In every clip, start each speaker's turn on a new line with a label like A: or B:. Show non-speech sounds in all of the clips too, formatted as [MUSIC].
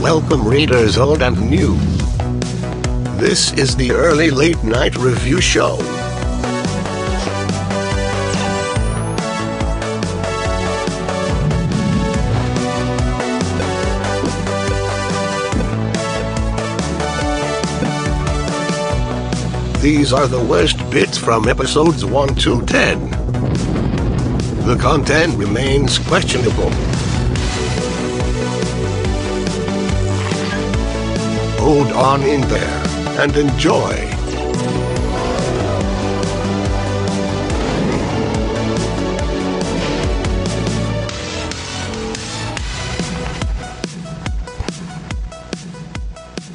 A: Welcome, readers old and new. This is the early late night review show. These are the worst bits from episodes 1 to 10. The content remains questionable. Hold on in there and enjoy.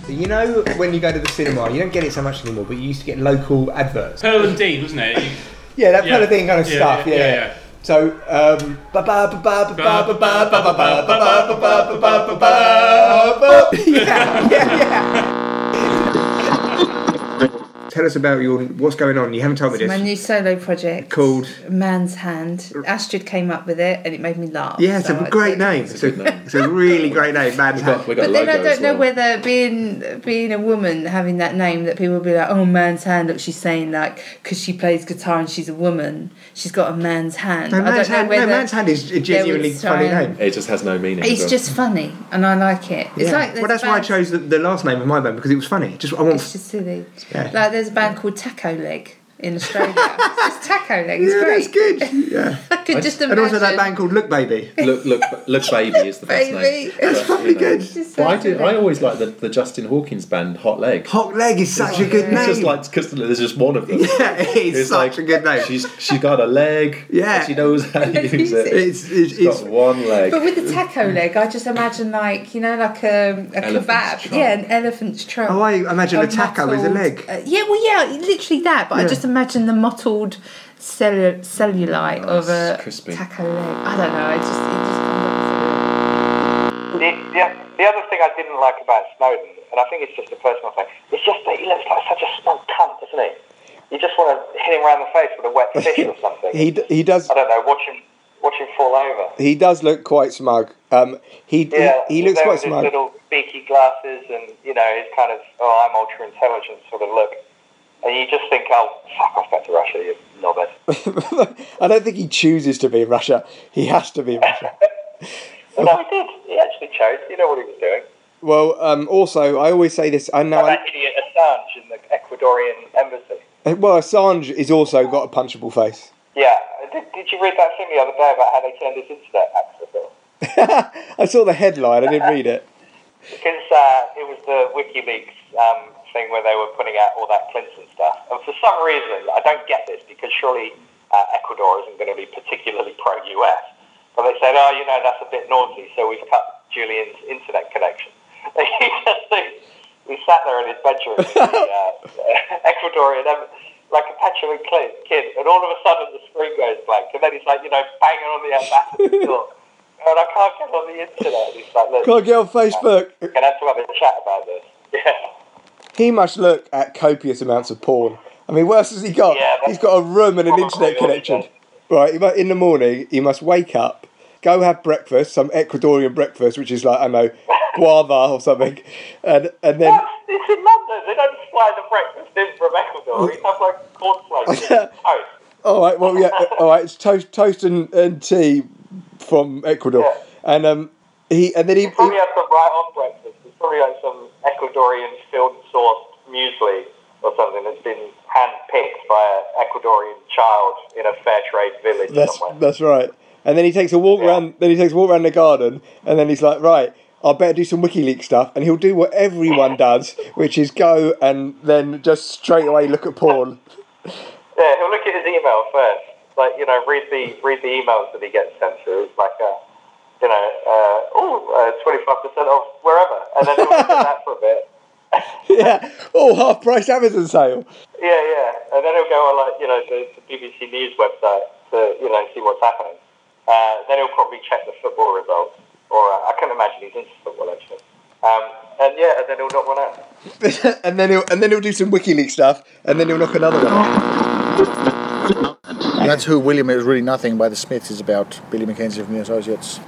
B: You know, when you go to the cinema, you don't get it so much anymore, but you used to get local adverts.
C: Pearl and Dean, wasn't it?
B: [LAUGHS]
C: You-
B: Yeah, that
C: Yeah.
B: kind of thing, kind of
C: Yeah,
B: stuff. Yeah.
C: yeah, yeah, yeah.
B: So, um, ba ba ba ba ba ba ba ba ba ba ba ba ba ba ba ba ba. [LAUGHS] Yeah, yeah, yeah. Tell us about your what's going on. You haven't told me
D: My
B: this.
D: new solo project
B: Called?
D: Man's Hand. Astrid came up with it, and it made me laugh.
B: Yeah, it's a
D: so I
B: great
D: did.
B: name. It's a, it's a really great name, Man's Hand.
E: We got
D: But
E: a
D: then I
E: logo as
D: don't know
E: well.
D: whether being being a woman having that name that people will be like, oh, man's hand. Look, she's saying like because she plays guitar and she's a woman, she's got a man's hand.
B: No,
D: I
B: Man's
D: don't know
B: Hand.
D: whether
B: No, Man's Hand is a genuinely
D: was
B: funny
D: trying-
B: name.
E: It just has no meaning. as
D: It's
E: well.
D: just funny, and I like it. It's
B: Yeah.
D: like there's
B: well, that's
D: a
B: why I
D: band-
B: chose the, the last name of my band because it was funny. Just I want
D: It's just silly.
B: Yeah.
D: Like there's a band called Taco Leg in
B: [LAUGHS]
D: Australia. it's just Taco Leg. It's
B: yeah,
D: great.
B: that's good. Yeah.
D: [LAUGHS] I could just imagine.
B: and also that band called Look Baby.
E: look, look, look, baby is the best
D: Baby.
E: name. That's
B: Probably good.
E: Well, I do. I always like the, the Justin Hawkins band, Hot Leg.
B: Hot Leg is such a
D: yeah.
B: good
D: It's
B: name.
E: It's just like because there's just one of them.
B: [LAUGHS] yeah, it is
E: It's
B: such
E: like-
B: a good name.
E: She's she got a leg.
B: Yeah.
E: and she knows how to use it.
B: It's it's,
E: She's
B: it's
E: got one leg.
D: But with the
B: [LAUGHS] uh,
D: taco leg, I just imagine like you know, like a, a
E: Elephant's
D: kebab,
E: trunk.
D: yeah, an elephant's trunk.
B: oh, I imagine a taco is a
D: mottled-
B: leg.
D: uh, yeah, well, yeah, literally that. But
B: Yeah.
D: I just imagine the mottled cellu- cellulite of a
E: it's crispy.
D: taco leg. I don't know. I just. It just comes up.
F: The, the, the other thing I didn't like about Snowden, and I think it's just a personal thing, it's just that he looks like such a smug cunt, doesn't he? You just want to hit him around the face with a wet fish
G: [LAUGHS]
F: or something.
G: He d- he does
F: I don't know, watch him, watch him fall over.
G: he does look quite smug. Um, he, he-
F: Yeah,
G: he looks
F: there
G: quite
F: with his
G: smug.
F: little beaky glasses and, you know, his kind of, oh, I'm ultra intelligent sort of look. And you just think, oh, fuck off back to Russia, you
G: [LAUGHS]
F: knobhead.
G: I don't think he chooses to be in Russia. He has to be in
F: [LAUGHS]
G: Russia.
F: Well, no, he did. He actually chose. You know what he was doing.
G: well, um, also I always say this. I know.
F: that
G: I,
F: idiot Assange in the Ecuadorian embassy.
G: well, Assange is also got a punchable face.
F: Yeah. Did, did you read that thing the other day about how they turned his internet access off?
G: I saw the headline. I didn't read it.
F: Because uh, it was the WikiLeaks um, thing where they were putting out all that Clinton stuff. And for some reason, I don't get this because surely uh, Ecuador isn't going to be particularly pro-US. But they said, oh, you know, that's a bit naughty, so we've cut Julian's internet connection. [LAUGHS] we sat there in his
G: [LAUGHS]
F: bedroom, in the, uh, Ecuadorian, um, like a petulant cli- kid, and all of a sudden the screen goes blank, and then he's like, you know, banging on the
G: [LAUGHS]
F: ambassador's door. And I can't get on the internet. And he's like, look, uh,
G: Can't get on Facebook.
F: Gonna have to have a chat about this. [LAUGHS] Yeah.
G: He must look at copious amounts of porn. I mean, what else has he got?
F: Yeah, but-
G: He's got a room and an internet connection. Right, he mu- in the morning, he must wake up, go have breakfast, some Ecuadorian breakfast, which is like, I don't know, guava or something, and, and then.
F: It's in London. They don't fly the breakfast in from
G: [LAUGHS]
F: Ecuador. We have like cornflakes. [LAUGHS] Oh, and toast.
G: All right, well, yeah, uh, all right. It's toast, toast, and, and tea from Ecuador,
F: Yeah.
G: and um, he and then he,
F: You probably have some right on breakfast. It's probably like some Ecuadorian field sourced muesli or something that's been hand picked by an Ecuadorian child in a fair trade village
G: that's
F: somewhere.
G: that's right, and then he takes a walk
F: Yeah.
G: round. Then he takes a walk round the garden, and then he's like, right, I better do some WikiLeaks stuff, and he'll do what
F: [LAUGHS]
G: everyone does, which is go and then just straight away look at porn. [LAUGHS]
F: Yeah, he'll look at his email first. Like you know, read the read the emails that he gets sent through. It's like a, you know, uh, oh, twenty five percent off wherever, and then he'll look at that for a bit.
G: yeah, oh, half price Amazon sale.
F: Yeah, yeah, and then he'll go on like you know the, the BBC News website to you know see what's happening. Uh, then he'll probably check the football results, or uh, I can't imagine he's into football actually. Um, and yeah, and then he'll knock one out.
G: [LAUGHS] and then he'll and then he'll do some WikiLeaks stuff, and then he'll knock another one. out.
C: That's who William is really nothing by the Smiths is about. Billy Mackenzie from the Associates.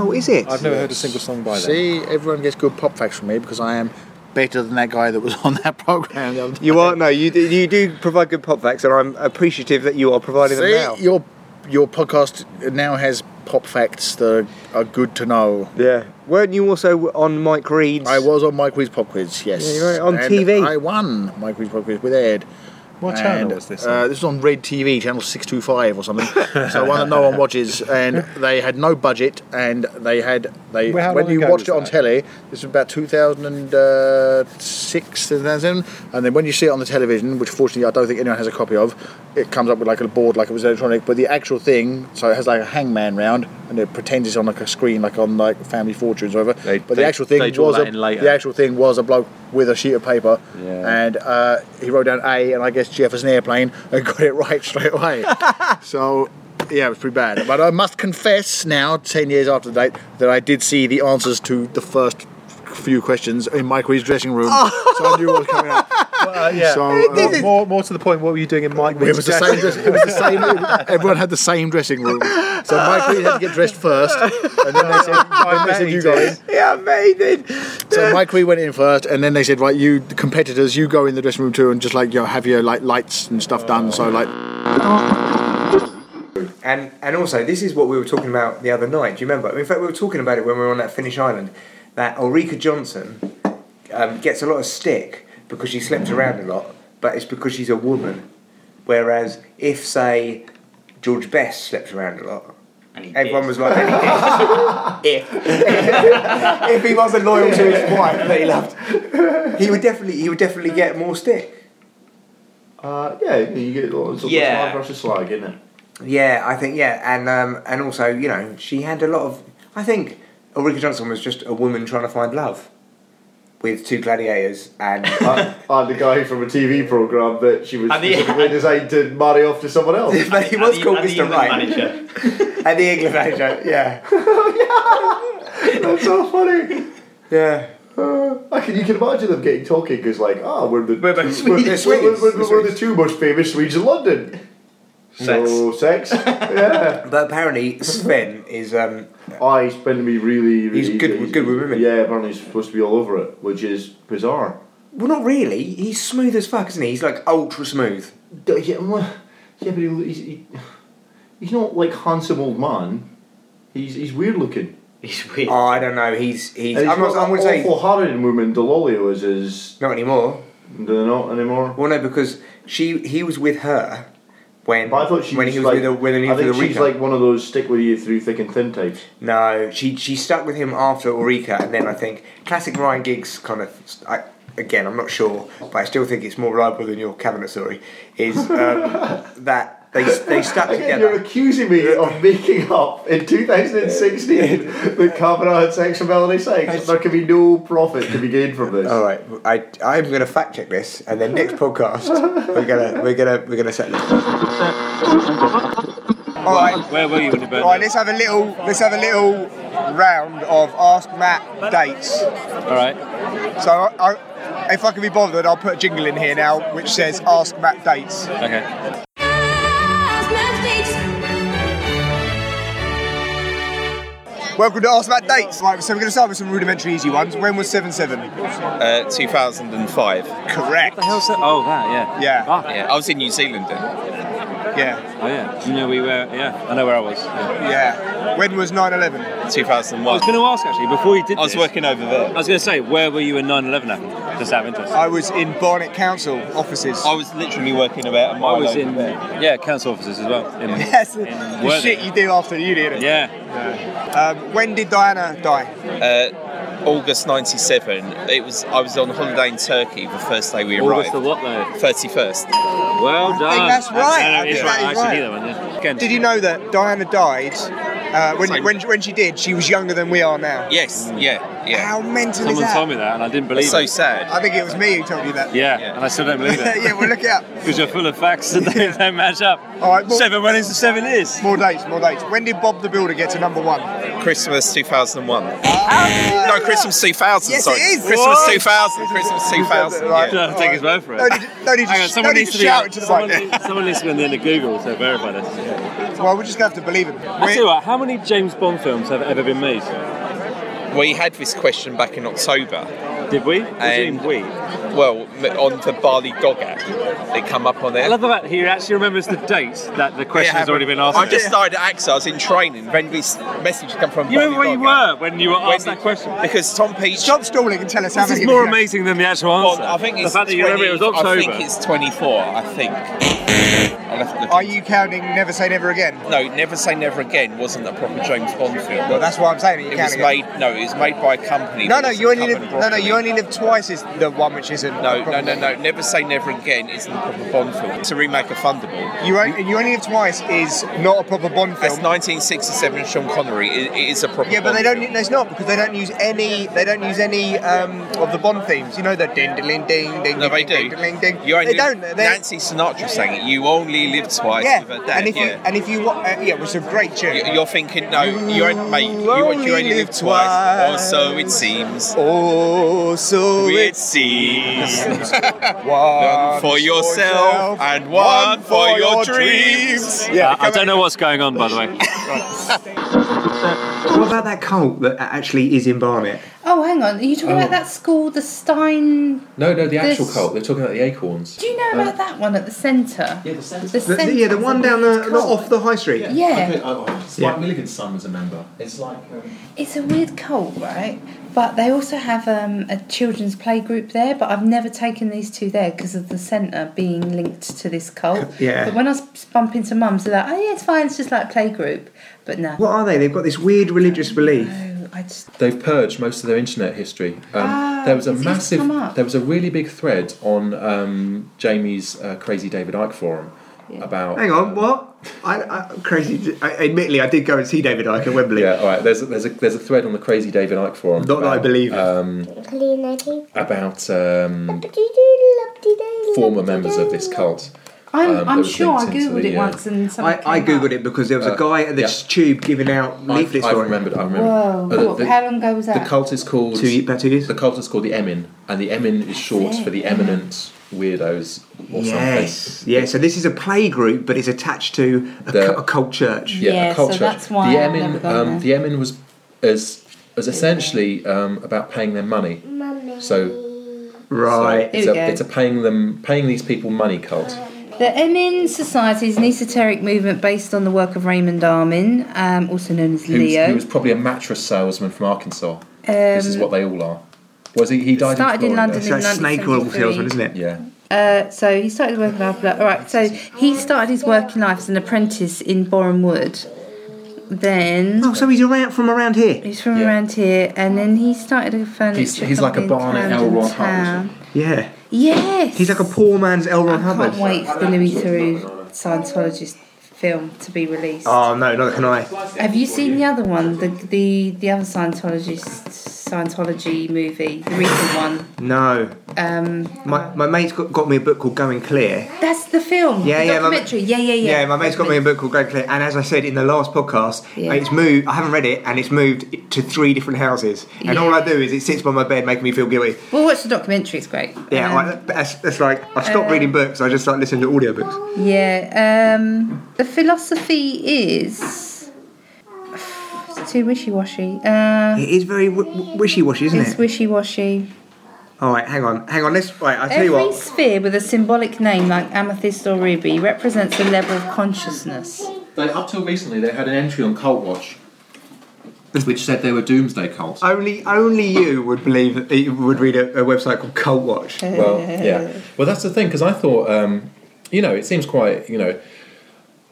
G: Oh, is it?
E: I've never heard a single song by them.
C: See, everyone gets good pop facts from me because I am better than that guy that was [LAUGHS] on that program the other day.
G: You are no, you do, you do provide good pop facts, and I'm appreciative that you are providing
C: See,
G: them now.
C: your your podcast now has pop facts that are good to know.
G: Yeah, weren't you also on Mike Reed's?
C: I was on Mike Quiz Pop Quiz, yes.
G: Yeah, you were on
C: And
G: TV.
C: I won Mike Quiz Pop Quiz with Ed.
E: What
C: And,
E: channel was this
C: Uh,
E: on?
C: this was on Red TV, channel 625 or
E: [LAUGHS]
C: something. so one that no one watches. And they had no budget, and they had. they
E: Well, how
C: When
E: long
C: you
E: ago
C: watched
E: was
C: it on
E: that?
C: telly, this was about 2006, 2007. And then when you see it on the television, which fortunately I don't think anyone has a copy of, it comes up with like a board like it was electronic. But the actual thing, so it has like a hangman round, and it pretends it's on like a screen, like on like Family Fortunes or whatever.
E: They-
C: but
E: they-
C: the actual thing
E: they draw
C: was
E: that
C: a,
E: in later.
C: the actual actual thing was a bloke with a sheet of paper,
E: Yeah.
C: and uh, he wrote down A, and I guess Jefferson Airplane, and got it right [LAUGHS] straight away. so, yeah, it was pretty bad. But I must confess now, ten years after the date, that I did see the answers to the first few questions in Mike Reed's dressing room,
E: Oh,
B: Oh.
C: so I knew what was coming
B: [LAUGHS]
C: up.
E: Uh, yeah.
C: So,
E: More-
C: uh,
E: more, more to the point, what were you doing in Mike
C: It
E: Reed's
C: was the same. Dress, it was the same. [LAUGHS] everyone had the same dressing room. So Mike Reed had to get dressed first, and then they said, then they said "You go in."
G: yeah, amazing.
C: So Mike Wee went in first, and then they said, "Right, you the competitors, you go in the dressing room too, and just like you know, have your like lights and stuff done." So like,
B: And and also, this is what we were talking about the other night. Do you remember? In fact, we were talking about it when we were on that Finnish island. That Ulrika Johnson um, gets a lot of stick because she slept around a lot, but it's because she's a woman. Whereas if, say, George Best slept around a lot,
H: And he
B: everyone
H: did.
B: was like, "And he did." if if [LAUGHS] he wasn't loyal to his wife that he loved, [LAUGHS] he would definitely he would definitely get more stick.
I: Uh, yeah, you get lots of
H: Yeah.
I: slide versus slag, isn't it?
B: Yeah, I think yeah, and um, and also you know she had a lot of. I think Ulrika Johnson was just a woman trying to find love with two gladiators
I: [LAUGHS]
B: and
I: I, I'm the guy from a TV program
B: [LAUGHS]
I: that she was
H: And the-
I: specifically designed to marry off to someone else.
B: but he
H: And
B: was
H: the-
B: called
H: and the
B: Mr.
H: England
B: Right
H: manager.
B: [LAUGHS] and the England manager. Yeah,
I: That's so funny.
B: yeah.
I: Uh, I can, you can imagine them getting talking because, like, ah, we're the
H: We're the
I: two-
H: Swedes.
I: we're- we're- we're-
B: Swedes.
I: we're the two most famous Swedes in London.
E: Sex.
I: So sex.
B: [LAUGHS]
I: yeah.
B: But apparently Sven is um,
I: Oh, he's been to be really, really.
B: He's good- good with women.
I: Yeah, apparently he's supposed to be all over it, which is bizarre.
B: well, not really. He's smooth as fuck, isn't he? He's like ultra smooth.
I: D- Yeah, I'm like- yeah, but he, he's, he, he's not like handsome old man. He's he's weird looking.
H: He's weird.
B: Oh, I don't know. He's he's.
I: And he's
B: I'm
I: not
B: not. I'm
I: that
B: gonna say
I: awful Harridan woman Delolio is is
B: not anymore.
I: they're not anymore.
B: Well, no, because she he was with her when
I: But I thought she
B: when
I: was
B: he was
I: like,
B: with a, when he
I: I
B: was
I: think
B: with
I: she's
B: Ulrika.
I: like one of those stick with you through thick and thin types.
B: No, she she stuck with him after Ulrika, and then I think classic Ryan Giggs kind of. I, again, I'm not sure, but I still think it's more reliable than your cabinet story. Is
I: [LAUGHS]
B: um, that they they stuck
I: Again, you're
B: together?
I: accusing me of making up in 2016 that Kavanaugh had sexual melody sex. There can be no profit to be gained from this.
B: All right, I I'm going to fact check this, and then
I: [LAUGHS]
B: next podcast we're gonna we're gonna we're gonna set this. All
J: [LAUGHS]
B: right.
H: Where were you when you burned
B: All right, let's have a little let's have a little round of ask Matt dates.
H: All right.
B: So, I, I, if I can be bothered, I'll put a jingle in here now which says "Ask Matt Dates."
H: Okay.
B: Welcome to Ask Matt Dates. Right, so we're going to start with some rudimentary easy ones. When was seven seven?
J: Uh, 2005.
B: Correct.
H: Oh, that, yeah.
B: Yeah.
H: Ah,
J: Yeah, I was in New Zealand then.
B: Yeah,
H: Oh, yeah. You know, we were, yeah. I know where I was. Yeah.
B: yeah. When was 9/11?
J: 2001.
H: I was going to ask, actually, before you did
J: I was
H: this,
J: working over
H: I
J: there.
H: was going to say, where were you when 9 11 happened? Just out of interest.
B: I was in Barnet Council Uh, offices.
J: I was literally working about a mile
H: I was
J: over
H: in,
J: there.
H: yeah, council offices as well.
B: [LAUGHS]
H: In,
B: That's the,
H: in
B: the
H: Worthing.
B: shit you do after uni,
J: Oh,
B: innit?
H: Yeah.
B: Um, when did Diana die?
J: Uh, August 97. It was. I was on holiday in Turkey the first day we
H: August the
J: arrived.
H: what, though?
J: 31st.
H: Well done.
B: that's right.
H: No, no,
B: I
H: it is
B: think
H: right.
B: that is
H: I actually
B: right.
H: knew that one, yeah. Again,
B: Did you know that Diana died? Uh, when,
J: Same.
B: when, when she did, she was younger than we are now.
J: Yes. Yeah. Yeah.
B: How mental is
H: someone
B: that?
H: told me that and I didn't believe
J: It's so
H: it.
J: sad.
B: I think it was me who told you that.
J: [LAUGHS]
H: Yeah,
J: Yeah.
H: and I still don't believe
B: [LAUGHS]
H: it.
B: yeah, well, look it up.
H: Because you're full of facts that they don't match up.
B: All right, well-
H: seven winnings and seven is.
B: More dates, more dates. When did Bob the Builder get to number one?
J: Christmas 2001. no, Christmas 2000.
K: Oh, Yes,
J: sorry,
K: it is.
J: Christmas
K: What?
J: 2000.
K: [LAUGHS]
J: Christmas 2000.
H: Right.
J: Yeah.
H: No, take his word for it.
J: No,
K: no need to
H: Hang on,
K: sh- no
H: someone
K: need
H: needs
K: to
H: to be-
K: shout into the
H: someone
K: mic.
H: needs- Someone needs to be on the end of Google to verify this.
K: Well, we're just going to have to believe him.
H: I tell you what, how many James Bond films have ever been made?
J: We had this question back in October.
H: Did we?
J: And we. Well, m- on the Barley Dog app, they come up on there.
H: I love the fact he actually remembers the dates that the question has already been asked.
J: I just started at AXA. I was in training. Then this message come from.
H: You remember
J: Barney
H: where you
J: Barker.
H: were when you were asked that question?
J: Because Tom Peach.
K: Stop stalling and tell us how
H: This
K: many.
H: is more amazing than the actual answer.
J: I think it's
H: the fact that you
J: 20,
H: remember it was
J: I
H: October.
J: think it's 24. I think. I'll have to look
K: Are you counting Never Say Never Again?
J: No, Never Say Never Again wasn't a proper James Bond film.
K: Well, that's why I'm saying it, you
J: It was
K: can't
J: made no, it was made by a company.
K: No,
J: that
K: no,
J: wasn't
K: you only live.
J: covered
K: No, no, you
J: properly.
K: only live twice. Is the one which isn't.
J: No, no, no, no. Never Say Never Again isn't a proper Bond film. It's a remake of Thunderball.
K: You only, you only live twice is not a proper Bond film.
J: That's 1967 Sean Connery. It, it is a proper.
K: Yeah, but
J: Bond
K: they don't.
J: Film.
K: There's not because they don't use any. They don't use any um, of the Bond themes. You know the ding ding ding ding.
J: No,
K: ding,
J: they
K: ding,
J: do.
K: Ding, ding, ding.
J: You only
K: They don't. They,
J: Nancy Sinatra sang it. You only live twice.
K: yeah.
J: with a dad.
K: And if you
J: yeah.
K: and if you wa- uh, yeah, it was a great tune.
J: You- You're thinking, no, you only, mate, you, you only live twice, or so it seems.
K: Oh, so
J: it seems. [LAUGHS]
K: one
J: for yourself and one for your dreams.
H: Yeah, I don't know what's going on, by the way.
B: What about that cult that actually is in Barnet?
D: Oh, hang on. Are you
B: Um,
D: talking about
E: Oh.
D: that school, the Stein?
E: No, no, the actual
D: This-
E: cult. They're talking about the acorns.
D: Do you know about
E: Uh,
D: that one at the centre? Yeah, the centre.
B: The- the- yeah, the one down the
D: It's
B: not
D: called-
B: off the high street.
D: Yeah. Yeah.
E: Okay, oh, oh, Spike
B: Yeah.
E: Milligan's son was a member. It's like. Um,
D: It's a weird cult, right? But they also have um, a children's play group there. But I've never taken these two there because of the centre being linked to this cult.
B: [LAUGHS] Yeah.
D: But when I was bumping to mums, they're like, "Oh yeah, it's fine. It's just like play group." But no,
B: What are they? They've got this weird religious belief.
D: I just
E: they've purged most of their internet history. Um,
D: Ah,
E: there was a
D: it's- it's
E: massive,
D: come up.
E: there was a really big thread on um, Jamie's uh, crazy David Icke forum about.
B: Hang on, what? I, I crazy. I, admittedly, I did go and see David Icke at Wembley.
E: Yeah, all right. There's a, there's a there's a thread on the crazy David Icke forum.
B: Not that I believe it.
E: Um, about um, former members of this cult.
D: I'm,
E: um, that
D: I'm
E: was
D: sure I
E: linked into
D: googled
E: the,
D: it
E: uh,
D: once and something.
B: I, I googled it because there was a
E: Uh,
B: guy at the
E: yeah.
B: tube giving out leaflets
E: I, I
B: for it.
E: remembered. I remembered.
D: Whoa!
E: Uh, the-
D: What-
E: the-
D: how long ago was that?
E: The cult is called
B: Two-
E: The cult is called the Emin, and the Emin is short
D: it,
E: for the
D: yeah.
E: eminent weirdos or something.
B: Yes, yeah. So this is a play group, but it's attached to a,
E: The-
B: cu- a cult church.
E: Yeah,
D: Yeah,
E: a cult
D: so
E: church.
D: that's why
E: the
D: I've never
E: Emin,
D: gone
E: um,
D: there.
E: the Emin was as as essentially um, about paying them money. So
B: Right.
E: so it's,
D: Here we
E: a,
D: go.
E: it's a paying them paying these people money cult.
D: The Emin Society is an esoteric movement based on the work of Raymond Armin, um, also known as
E: Who was,
D: Leo.
E: who was probably a mattress salesman from Arkansas. this is
D: Um,
E: what they all are. Was he? He died.
D: started in
E: in, Florida.
D: London in
B: It's a snake oil
D: 1973.
B: salesman, isn't it?
E: Yeah.
D: Uh, so he started working life. All right. So he started his working life as an apprentice in Boreham Wood. Then
B: Oh, so he's around from around here.
D: he's from
E: Yeah.
D: around here, and then he started a furniture
E: He's- he's like a
D: company in
E: Barnett L.
D: Camden
E: Ron Hubbard.
D: Town.
B: Yeah,
D: Yes.
B: he's like a poor man's L. Ron
D: I
B: Hubbard.
D: can't wait for the Louis Theroux Scientologist film to be released.
B: Oh no, neither can I.
D: Have you seen the other one, the the the other Scientologist Scientology movie, the recent one?
B: No,
D: Um,
B: my my mate's got, got me a book called Going Clear.
D: that's the film. the
B: Yeah, yeah, my-
D: documentary. yeah, yeah, yeah.
B: Yeah, my mate's got me a book called Going Clear, and as I said in the last podcast,
D: Yeah.
B: it's moved. I haven't read it, and it's moved to three different houses. And all I do is it sits by my bed, making me feel guilty.
D: Well, watch the documentary. It's great.
B: Yeah,
D: Um,
B: like, that's, that's like I stopped
D: uh,
B: reading books. I just like listening to audiobooks.
D: Yeah, um, the philosophy is it's too wishy washy. Uh,
B: It is very w- w- wishy-washy, isn't
D: it's
B: it?
D: wishy washy.
B: All right, hang on, hang on. Let's. Right, I tell you
D: Every
B: what.
D: sphere with a symbolic name like amethyst or ruby represents a level of consciousness.
E: They, up till recently, they had an entry on Cult Watch, which said they were doomsday cults.
B: Only, only you would believe that you would read a, a website called Cult Watch.
E: well, yeah. Well, that's the thing because I thought, um, you know, it seems quite, you know,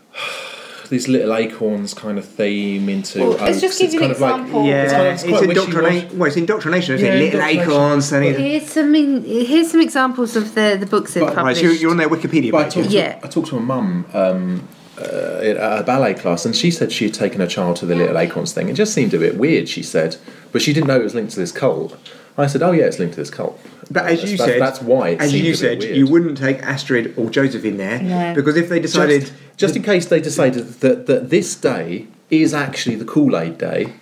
E: [SIGHS] these little acorns kind of theme into.
D: Well, let's
E: oaks.
D: just give
E: it's
D: you an
E: kind of like-
D: example.
E: it's, kind of, it's,
B: it's
E: quite wishy-washy.
B: indoctrination. Well, it's indoctrination, isn't it?
E: Yeah,
B: Little
E: indoctrination.
B: acorns. And it-
D: Here's some in, here's some examples of the, the books they've
B: right,
D: published.
B: so you're, you're on their Wikipedia
E: But I
B: page.
E: talked,
D: Yeah.
E: to, I talked to my mum um, uh, at a ballet class, and she said she had taken her child to the Little Acorns thing. It just seemed a bit weird, she said, but she didn't know it was linked to this cult. I said, "Oh yeah, it's linked to this cult."
B: But as
E: That's-
B: you
E: that's,
B: said,
E: that's why. It
B: as
E: seemed
B: you
E: a bit
B: said,
E: weird.
B: you wouldn't take Astrid or Joseph in there
D: No.
B: because if they decided
E: just, just in case they decided that, that this day is actually the Kool Aid Day,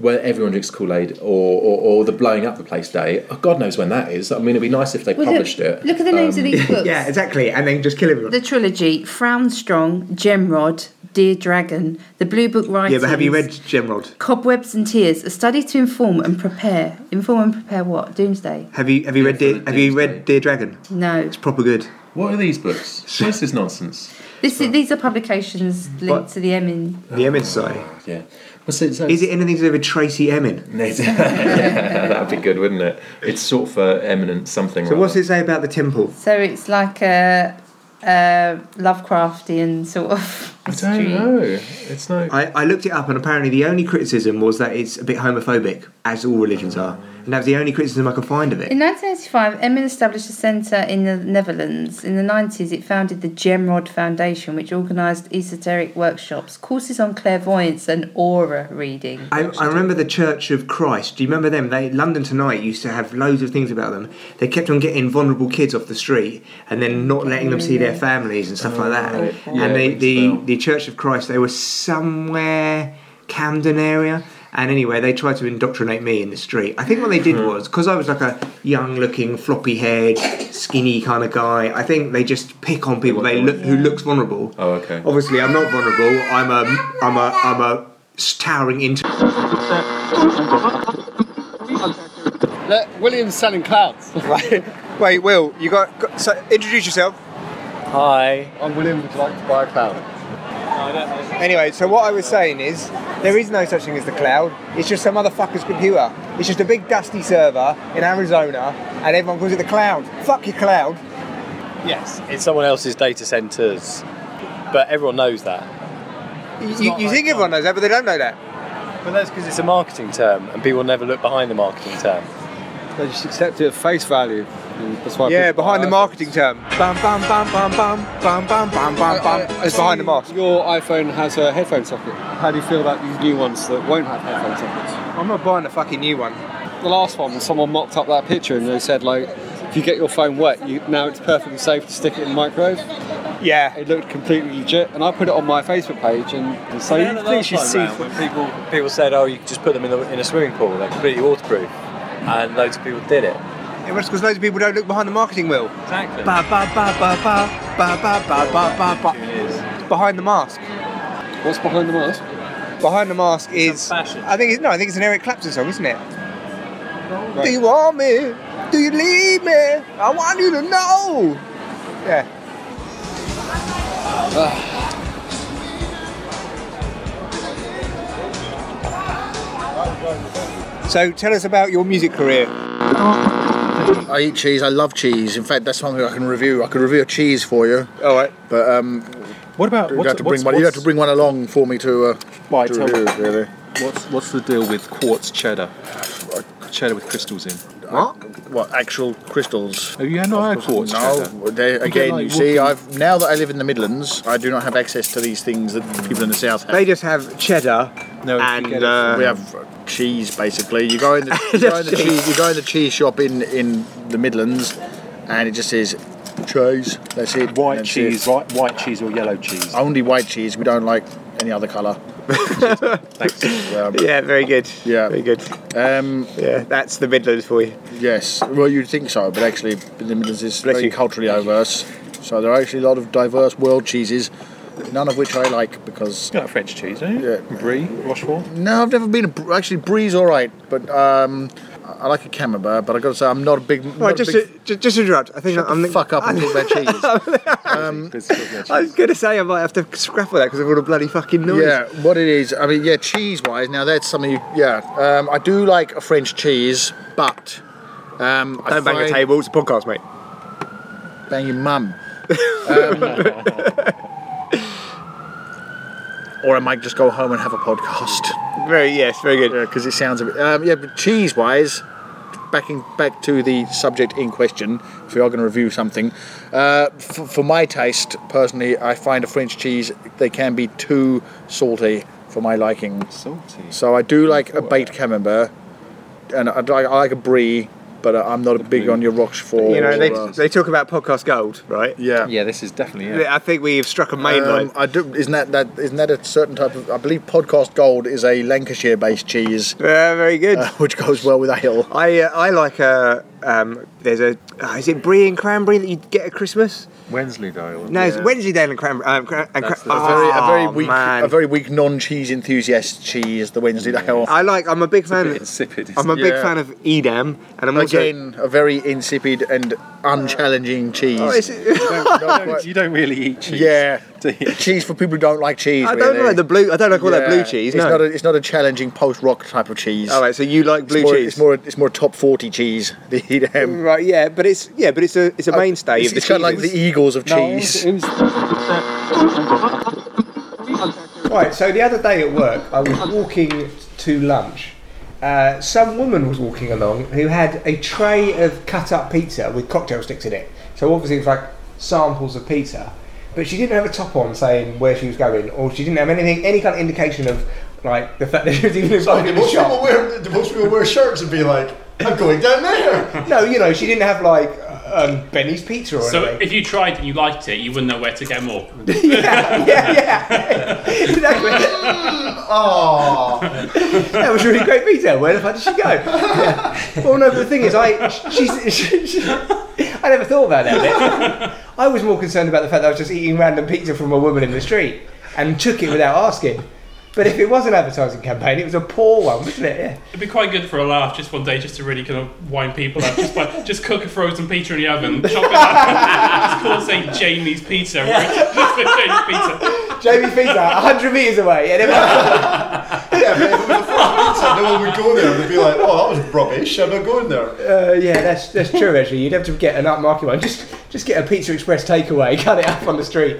E: where everyone drinks Kool Aid, or, or or the blowing up the place day. Oh, God knows when that is. I mean, it'd be nice if they
D: Well, look-
E: published it. um,
D: look at the names of these books.
B: [LAUGHS] yeah, exactly, and then just kill everyone.
D: The trilogy Frown Strong, Gemrod, Dear Dragon, The Blue Book Writings.
B: yeah, but have you read Gemrod?
D: Cobwebs and Tears, a study to inform and prepare. Inform and prepare what? Doomsday?
B: Have you have you read Dear, Have you read Dear Dragon?
D: No.
B: It's proper good.
E: What are these books? this is nonsense.
D: This is, these are publications linked
B: What?
D: to the Emin.
B: The Emin Society.
E: Oh, Yeah.
B: Is it anything to do with Tracy Emin?
E: yeah, [LAUGHS] that'd be good, wouldn't it? It's sort for eminent something.
B: So what's it say about the temple?
D: So it's like a, a Lovecraftian sort of mystery.
E: It's no.
B: I, I looked it up, and apparently the only criticism was that it's a bit homophobic, as all religions are, and that was the only criticism I could find of it.
D: In 1985, Emin established a centre in the Netherlands. In the 90s, it founded the Gemrod Foundation, which organised esoteric workshops, courses on clairvoyance and aura reading.
B: I, I remember the Church of Christ. Do you remember them? They London Tonight used to have loads of things about them. They kept on getting vulnerable kids off the street and then not letting them see their families and stuff like that.
E: Right. Yeah,
B: and they,
E: rings
B: the the Church of Christ, they were somewhere Camden area. And anyway, they tried to indoctrinate me in the street. I think what they did
E: Hmm.
B: was because I was like a young-looking, floppy-haired, skinny kind of guy. I think they just pick on people they look, who looks vulnerable.
E: Oh, okay.
B: Obviously, I'm not vulnerable. I'm a, I'm a, I'm a towering into.
C: Let William's selling clouds.
B: [LAUGHS] Right. Wait, Will, you got, got so introduce yourself.
C: Hi, I'm William. Would you like to buy a cloud?
B: Anyway, so what I was saying is there is no such thing as the cloud. It's just some motherfucker's computer. It's just a big dusty server in Arizona, and everyone calls it the cloud. Fuck your cloud.
L: Yes, in someone else's data centers, but everyone knows that.
B: You, you, you think everyone knows that, but they don't know that.
L: But that's because it's a marketing term, and people never look behind the marketing term. They just accept it at face value. That's why
B: Yeah, behind the marketing term. Bam, bam, bam, bam, bam, bam, bam, bam, bam, bam. It's behind the mask.
L: Uh, Your iPhone has a headphone socket. How do you feel about these new ones that won't have headphone sockets?
B: I'm not buying a fucking new one.
L: The last one, someone mocked up that picture and they said like, if you get your phone wet, you now it's perfectly safe to stick it in the microwave.
B: Yeah,
L: it looked completely legit, and I put it on my Facebook page, and, and so
H: Yeah,
L: you
H: the
L: think
H: last
L: you
H: time
L: see
H: round when
L: people people said, oh, you just put them in, the, in a swimming pool, they're completely waterproof, and loads of people did it.
B: It was because loads of people don't look behind the marketing wheel.
L: Exactly.
B: Ba ba ba ba ba ba ba ba ba ba ba. Behind the mask.
L: What's behind the mask?
B: Behind the mask is. I think it's no. I think it's an Eric Clapton song, isn't it? Do you want me? Do you need me? I want you to know. Yeah. So tell us about your music career.
C: I eat cheese. I love cheese. In fact, that's something I can review. I could review a cheese for you.
B: All right.
C: But um,
E: what about
C: you
L: what's-
C: have to bring
L: what's-
C: one? You have
L: what's-
C: to bring one along for me to uh,
L: Why,
C: to
L: tell
C: review.
L: me.
C: Really.
L: What's what's the deal with quartz cheddar? Cheddar with crystals in.
B: What?
C: What actual crystals?
L: Have you had no quartz
C: No, they, again, you see, I've now that I live in the Midlands, I do not have access to these things that people in the south have.
B: They just have cheddar and uh,
C: we have uh, cheese basically. You go in
L: [LAUGHS]
C: the, you go in the
B: Just
C: cheese you go in the cheese shop in in the Midlands, and it just says cheese. That's it.
L: White
C: That's
L: cheese,
C: it.
L: white, white cheese or yellow cheese.
C: Only white cheese. We don't like any other colour. [LAUGHS]
L: Thanks.
B: yeah, very good.
C: Yeah, very
B: good.
C: Um,
B: yeah, that's the Midlands for you.
C: Yes. Well, you'd think so, but actually, the Midlands is
B: Bless
C: very
B: you.
C: culturally diverse. So there are actually a lot of diverse world cheeses, none of which I like because.
L: You like French cheese, don't you?
C: Yeah.
L: Brie, Rochefort.
C: No, I've never been. A, Br- actually, Brie's all right, but um, I I like a camembert. But I got to say, I'm not a big.
B: All right,
C: not a
B: just,
C: big
B: to, ju- just interrupt. I think I'm the
C: fuck up and talk [LAUGHS] about cheese.
B: Um, I was going to say I might have to scrap with that because of all the bloody fucking noise.
C: Yeah, what it is. I mean, yeah, cheese wise, now that's something. You, yeah, um, I do like a French cheese, but um, I
B: Don't bang the
C: find-
B: table. It's a podcast, mate.
C: Bang your mum. Um, [LAUGHS] or I might just go home and have a podcast.
B: Very yes, very good.
C: Because it sounds a bit. Um, yeah, but cheese wise, backing back to the subject in question, if we are going to review something, uh, f- for my taste personally, I find a French cheese they can be too salty for my liking.
L: Salty.
C: So I do like a baked camembert, and I, I like a brie, But uh, I'm not big on your Rochefort.
B: You know, they,
C: or, uh,
B: they talk about podcast gold, right?
C: Yeah. Um,
B: Yeah,
E: this is definitely
B: I think we've struck a main line.
C: I do. Isn't that that? Isn't that a certain type of? I believe Podcast Gold is a Lancashire-based cheese. Uh,
B: Yeah, very good.
C: which goes well with ale.
B: I uh, I like a um, there's a oh, is it brie and cranberry that you get at Christmas?
E: Wensleydale.
B: No, it's
C: Yeah.
B: Wednesdaydale and cranberry. Um, cran- and cran-
C: a very, a very
B: Oh,
C: weak,
B: man.
C: a very weak non-cheese enthusiast cheese. The Wednesday Dale.
B: I like. I'm a big fan. I'm a big
C: Yeah.
B: fan of Edam, and I'm also-
C: again a very insipid and unchallenging cheese.
B: Oh, is [LAUGHS] it-
E: [LAUGHS] you don't really eat cheese.
C: Yeah, [LAUGHS] cheese for people who don't like cheese.
B: I don't
C: really.
B: like the blue. I don't like all that
C: Yeah.
B: blue cheese.
C: It's
B: no.
C: not a, it's not a challenging post rock type of cheese.
B: All right, so you like blue
C: it's more,
B: cheese?
C: It's more it's more top forty cheese. [LAUGHS] The Edam.
B: Right, yeah, but it's yeah, but it's a it's a
C: Oh,
B: mainstay
C: it's-
B: of the
C: it's kind of like
B: cheeses.
C: the Eagles of No, cheese. it
B: right, so the other day at work, I was walking to lunch. Uh, some woman was walking along who had a tray of cut up pizza with cocktail sticks in it. So obviously, it's like samples of pizza, but she didn't have a top on saying where she was going, or she didn't have anything, any kind of indication of like the fact that she was even
I: Sorry, do
B: involved in the
I: most,
B: shop.
I: people wear, do most people wear shirts and be like, I'm going down there?
B: No, you know, she didn't have like um, Benny's Pizza or
M: So
B: anything.
M: if you tried and you liked it, you wouldn't know where to get more.
I: Oh.
B: that was really great pizza. Where the fuck did she go? Yeah. Well, no, but the thing is, I she's, she, she, I never thought about that bit. I was more concerned about the fact that I was just eating random pizza from a woman in the street and took it without asking. But if it was an advertising campaign, it was a poor one, wasn't it? Yeah.
M: It'd be quite good for a laugh just one day, just to really kind of wind people up.
N: [LAUGHS]
M: Just, by, just cook a frozen pizza in the oven, chop it up. It's called say Jamie's Pizza. Jamie's Pizza.
B: Jamie Pizza, 100 metres away. Yeah,
I: [LAUGHS]
B: never-
I: yeah, but if it was a fucking pizza, no one would go there. They'd be like, oh, that was rubbish. I'm not going there.
B: uh, yeah, that's that's true. Actually, you'd have to get an upmarket one. Just just get a Pizza Express takeaway, [LAUGHS] cut it up on the street.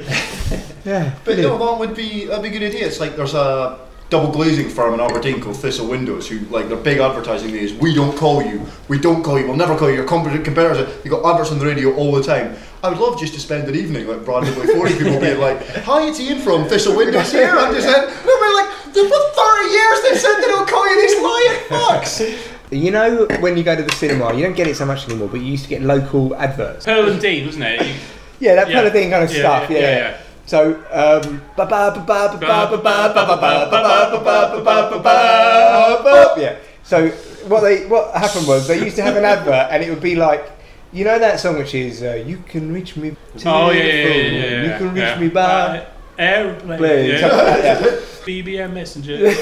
B: Yeah,
I: But no, that would be that'd be a good idea. It's like there's a double glazing firm in Aberdeen called Thistle Windows who like their big advertising thing is we don't call you, we don't call you, we'll never call you. Your compet- competitors, are- you got adverts on the radio all the time. I would love just to spend an evening like randomly phoning [LAUGHS] people being like, "Hi, it's Ian from Thistle Windows here." I'm just in. No, we're like, for 30 years they said they don't call you these lying fucks.
B: You know, when you go to the cinema, you don't get it so much anymore, but you used to get local adverts.
M: Pearl and Dean, wasn't it? You-
B: Yeah, that kind of
M: Yeah.
B: thing, kind of
M: Yeah,
B: stuff. Yeah.
M: yeah, yeah,
B: yeah.
M: yeah.
B: So, um, ba ba ba ba ba ba ba ba ba ba ba ba ba ba ba ba ba. Yeah. So what they what happened was they used to have an advert, and it would be like. You know that song which is uh, "You Can Reach Me."
M: Oh yeah, yeah,
B: Telephone,
M: yeah, yeah, yeah.
B: You can reach
M: yeah.
B: me by
M: Uh, airplane.
B: Plane, something like that.
M: BBM messenger.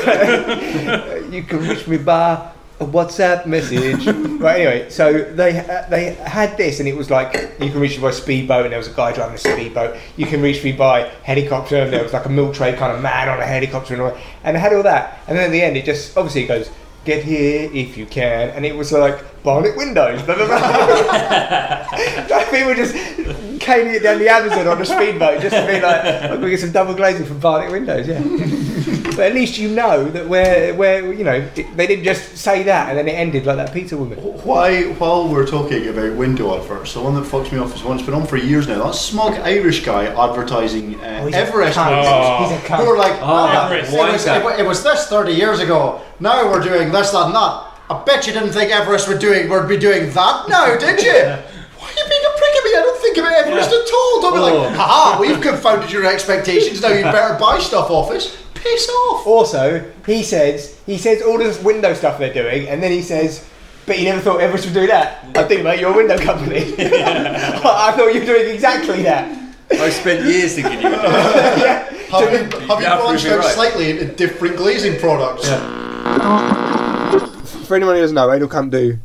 B: you can reach me by a WhatsApp message. but anyway, so they uh, they had this, and it was like you can reach me by speedboat, and there was a guy driving a speedboat. You can reach me by helicopter, and there was like a military kind of man on a helicopter, and all. And it had all that, and then at the end, it just obviously it goes. Get here if you can, and it was like Barnet Windows. [LAUGHS] Blah, blah, blah. [LAUGHS] People just came it down the Amazon on a speedboat just to be like, "I'm gonna get some double glazing from Barnet Windows." Yeah. But at least you know that where where you know d- they didn't just say that and then it ended like that pizza woman.
I: Why, while we're talking about window adverts, the one that fucks me off is one that's been on for years now. That smug Irish guy advertising uh,
B: Oh, he's a
I: Everest.
B: cunt.
I: windows.
B: He's a cunt.
I: Who were like,
B: Oh,
I: ah,
B: Everest.
I: it, was, it, wa- it was this 30 years ago. Now we're doing this, that, and that. I bet you didn't think Everest would doing would be doing that now, did you? Why are you being a prick at me? I don't think about Everest at all. Don't be like, haha,
B: [LAUGHS]
I: we've confounded your expectations. Now you better buy stuff off us. Piss off.
B: Also, he says he says all this window stuff they're doing, and then he says, "But you never thought Everest would do that." I think about your window company. [LAUGHS] I thought you were doing exactly that.
O: I spent years thinking
B: [LAUGHS]
O: you were
I: Have you, have you
O: Yeah,
I: branched
O: prove me
I: out
O: right.
I: slightly into different glazing products?
B: For anyone who doesn't know, Anal Cunt do.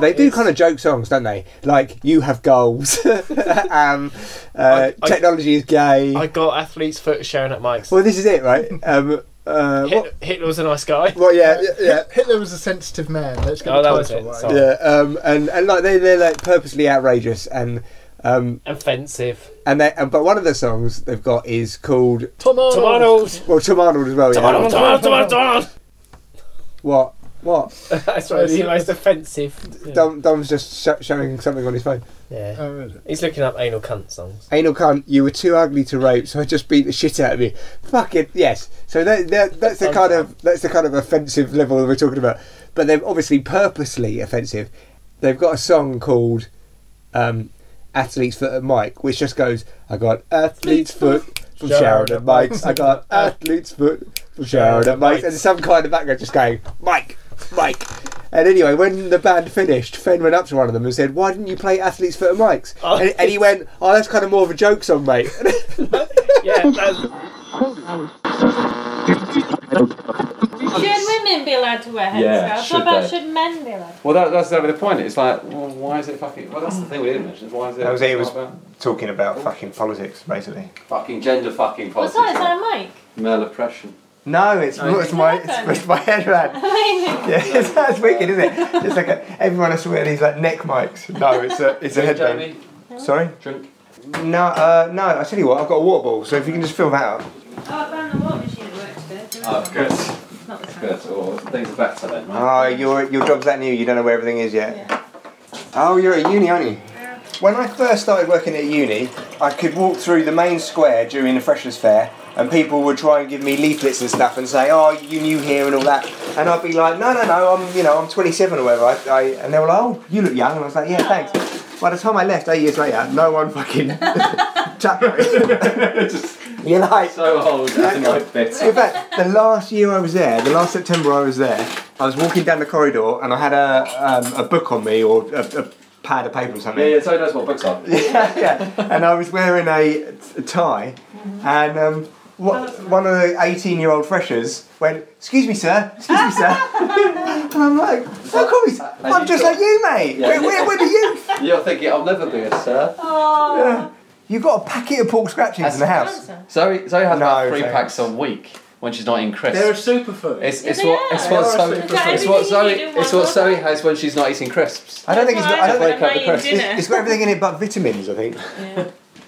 B: They do kind of joke songs, don't they? Like you have goals, [LAUGHS] um, uh,
P: I-
B: technology is gay.
P: I got athlete's foot showing at Mike's.
B: well, this is it, right? Um, uh,
P: Hit, Hitler was a nice guy.
B: Well, yeah, yeah, yeah.
C: Hitler was a sensitive man. Let's
P: get Oh, the that was title it. right. Sorry.
B: Yeah, um, and and like they they're like purposely outrageous and um,
P: Offensive.
B: and they and, but one of the songs they've got is called
P: Tom Arnold. Tom Arnold.
B: Well, Tom Arnold as well.
P: Tom
B: yeah.
P: Arnold, Tom Arnold, Tom Arnold, Tom Arnold.
B: What? What?
P: [LAUGHS] That's right. The most offensive. Yeah.
B: Dom, Dom's just sh- showing something on his phone.
P: Yeah.
B: Oh,
P: He's looking up anal cunt songs.
B: Anal cunt, um, you were too ugly to rape, so I just beat the shit out of you. Fucking yes. So that, that, that's the kind of that's the kind of offensive level that we're talking about. But they're obviously purposely offensive, they've got a song called um, "Athlete's Foot" at Mike, which just goes, "I got athlete's foot from Sharon and Mike's. I [LAUGHS] got athlete's foot from Sharon and Mike's," and some kind of background just going, "Mike, Mike." And anyway, when the band finished, Fenn went up to one of them and said, "Why didn't you play Athlete's Foot at Mike's?" And, and he went, "Oh, that's kind of more of a joke song, mate." [LAUGHS]
P: yeah,
Q: Should women be allowed to wear headscarves?
N: Yeah, should
Q: what about
N: they?
Q: should men be allowed?
N: Well, that, that's over the point. It's like, well, why is it fucking? Well, that's the thing we didn't mention. is Why is it?
B: That was it. It was
N: about
B: talking about fucking politics, basically.
N: fucking gender, fucking
Q: What's
N: politics,
Q: that? Is that a mic? [LAUGHS]
N: male oppression.
B: No, it's,
N: No,
B: Oh, it's
N: it's
B: my
Q: not
B: it's, it's my headband.
Q: Amazing.
B: Yeah, [LAUGHS] that's wicked, isn't it? It's like a, everyone else wearing these like neck mics. No, it's a it's a
N: Drink,
B: headband.
Q: Jamie?
B: Sorry.
N: Drink.
B: No, uh, no. I tell you what, I've got a water bottle, so if you can just fill that up.
Q: Oh, I found the water machine at work today. Do you
N: Oh,
Q: remember?
N: good.
Q: Not the time.
N: Good.
L: Oh,
N: Or things are better then, right?
B: Oh, your your job's that new. You don't know where everything is yet. Oh, you're at uni, aren't you? When I first started working at uni, I could walk through the main square during the freshers' fair, and people would try and give me leaflets and stuff and say, "Oh, you new here and all that," and I'd be like, "No, no, no, I'm you know I'm 27 or whatever," I, I, and they were like, "Oh, you look young," and I was like, "Yeah, thanks." By the time I left, eight years later, no one fucking [LAUGHS]
N: [LAUGHS]
B: touched me. [LAUGHS] You're like
N: so old. and like fit.
B: in fact, the last year I was there, the last September I was there, I was walking down the corridor and I had a, um, a book on me or a, a pad of paper or something.
N: Yeah, yeah. So knows what books are.
B: [LAUGHS] yeah, yeah. And I was wearing a, a tie, and um, what, one of the 18 year old freshers went, Excuse me, sir, excuse me,
Q: [LAUGHS]
B: sir. [LAUGHS] and I'm like, Don't call me, sir.
N: And
B: I'm
N: you
B: just
N: got-
B: like you, mate.
N: Yeah,
B: [LAUGHS] we're,
N: you-
B: we're, we're the youth.
N: You're thinking I'll never be a sir.
B: Yeah. You've got a packet of pork scratchings in the house.
N: Zoe, Zoe has about three
B: thanks.
N: packs a week when she's not in crisps.
B: They're a
N: superfood. It's,
B: Yeah,
N: it's
B: they
N: what
B: are.
N: it's
B: They are
N: what
B: a
N: Zoe
B: superfood. They've got
N: it's what Zoe
Q: everything you need in
N: it's what
Q: one
N: Zoe has when she's not eating crisps.
B: I don't think it's
Q: That's
B: got,
Q: why
B: I don't
Q: I
B: think
Q: don't like
B: it's,
Q: dinner.
B: it's got everything in it but vitamins, I think.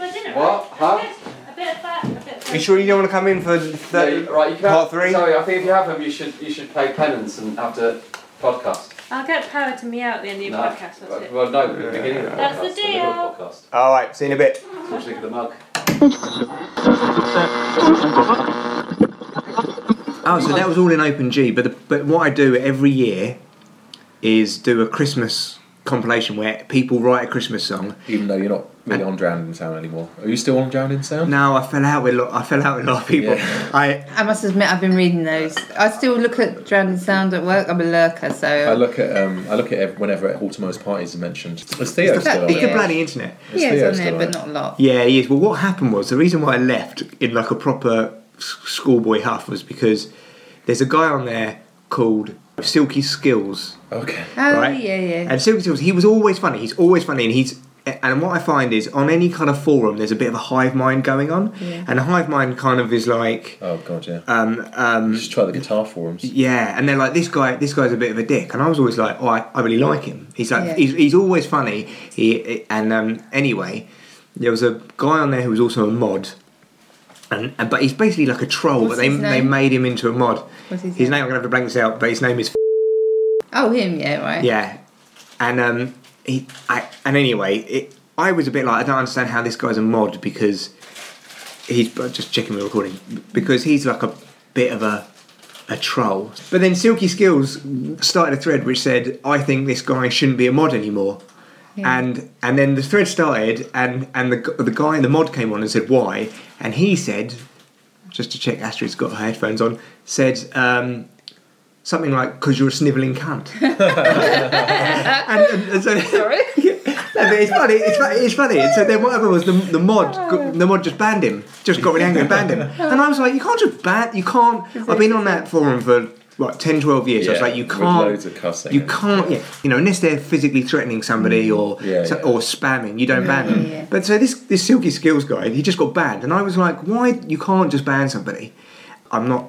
Q: Well, dinner,
N: What? Huh?
Q: A bit of that, a bit of
B: Are you sure you don't want to come in for
N: No,
B: the
N: you- right, you can
B: part
N: have,
B: three?
N: Zoe, I think if you have them, you should you should pay penance and have to podcast.
Q: I'll get power to me out at the end of your
N: No.
Q: podcast, that's it.
N: Well, no, the beginning of the
Q: That's
N: podcast.
Q: the
N: middle of
Q: deal.
N: the podcast.
B: All right, see you in a bit.
N: So just look at the mug.
B: Oh, so that was all in Open G. But the, but what I do every year is do a Christmas compilation where people write a Christmas song.
E: Even though you're not really on Drowned in Sound anymore. Are you still on Drowned in Sound?
B: No, I fell out with lo- I fell out with a lot of people. I
D: I must admit, I've been reading those. I still look at Drowning Sound at work. I'm a lurker, so
E: [LAUGHS] I look at um, I look at ev- whenever Automo's parties are mentioned. Is Theo
D: It's the-
E: still on
D: it's
E: it?
D: the bloody
B: internet.
D: yeah, it's on there, but not a lot.
B: Yeah, he is. Well, what happened was the reason why I left in like a proper s- schoolboy huff was because there's a guy on there called Silky Skills.
E: Okay.
D: Oh yeah, yeah.
B: And Silky Skills, he was always funny. He's always funny, and he's and what I find is on any kind of forum, there's a bit of a hive mind going on,
E: Yeah.
B: and the hive mind kind of is like.
E: Oh god, yeah.
B: Um, um,
E: Just try the guitar forums.
B: Yeah, and they're like, this guy, this guy's a bit of a dick, and I was always like, oh, I, I really like him. He's like,
E: Yeah.
B: he's, he's always funny. He and um, anyway, there was a guy on there who was also a mod, and, and but he's basically like a troll.
D: What's
B: but they
D: his
B: they
D: name?
B: made him into a mod.
D: What's his
B: His name, I'm gonna have to blank this out, but his name is
D: Oh, him, yeah, right.
B: yeah, and um, he, I, and anyway, it, I was a bit like, I don't understand how this guy's a mod because he's but just checking we're recording because he's like a bit of a a troll. But then Silky Skills started a thread which said, I think this guy shouldn't be a mod anymore.
D: Yeah.
B: And and then the thread started, and and the gu- the guy in the mod came on and said why, and he said, just to check Astrid's got her headphones on, said um, something like because you're a snivelling cunt. and, and so, [LAUGHS] Sorry. No, but it's funny. It's, fu- it's funny. And so then what happened was the, the mod got- the mod just banned him. Just got really angry and banned him. And I was like, you can't just ban. You can't. I've been on that forum for what 10, 12 years. I was
E: Yeah,
B: like, you
E: with
B: can't.
E: loads of cussing
B: You
E: and-
B: can't. Yeah. You know, unless they're physically threatening somebody or
E: Yeah,
B: so-
E: yeah.
B: or spamming, you don't ban them.
E: Mm. yeah.
B: But so this this silky skills guy, he just got banned, and I was like, why? You can't just ban somebody. I'm not.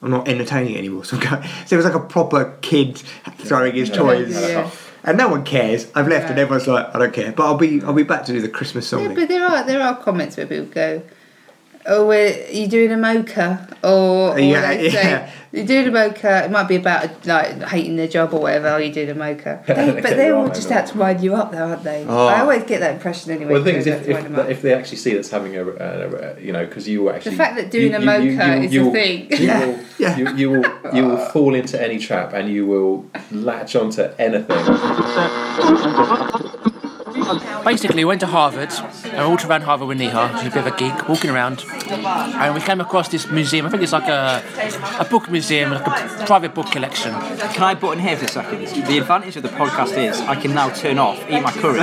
B: I'm not entertaining it anymore. So, I'm going, [LAUGHS] so it was like a proper kid throwing his
E: Yeah.
B: toys,
E: Yeah.
B: and no one cares. I've left, and
D: Right.
B: everyone's like, I don't care. But I'll be I'll be back to do the Christmas song.
D: But there are there are comments where people go, or where you're doing a mocha, or, or
B: Yeah,
D: they say,
B: yeah.
D: you're doing a mocha. It might be about like hating their job or whatever. Or you're doing a
E: [LAUGHS]
D: mocha, They- but they're all just out to wind you up, though, aren't they?
E: Oh.
D: I always get that impression anyway.
E: Well, the thing
D: they're out
E: is, if,
D: to wind
E: if,
D: 'em
E: the-
D: up.
E: if they actually see that's having a, a, a- you know, because you will actually
D: fact that doing a mocha is a
E: will-
D: thing.
E: you
D: Yeah.
E: will, you, you will, you will fall into any trap, and you will latch onto anything.
R: Basically, we went to Harvard. and all around Harvard with Neha, who's a bit of a geek, walking around, and we came across this museum. I think it's like a, a book museum, like a private book collection.
S: Can I butt in here for a second? The advantage of the podcast is I can now turn off, eat my curry,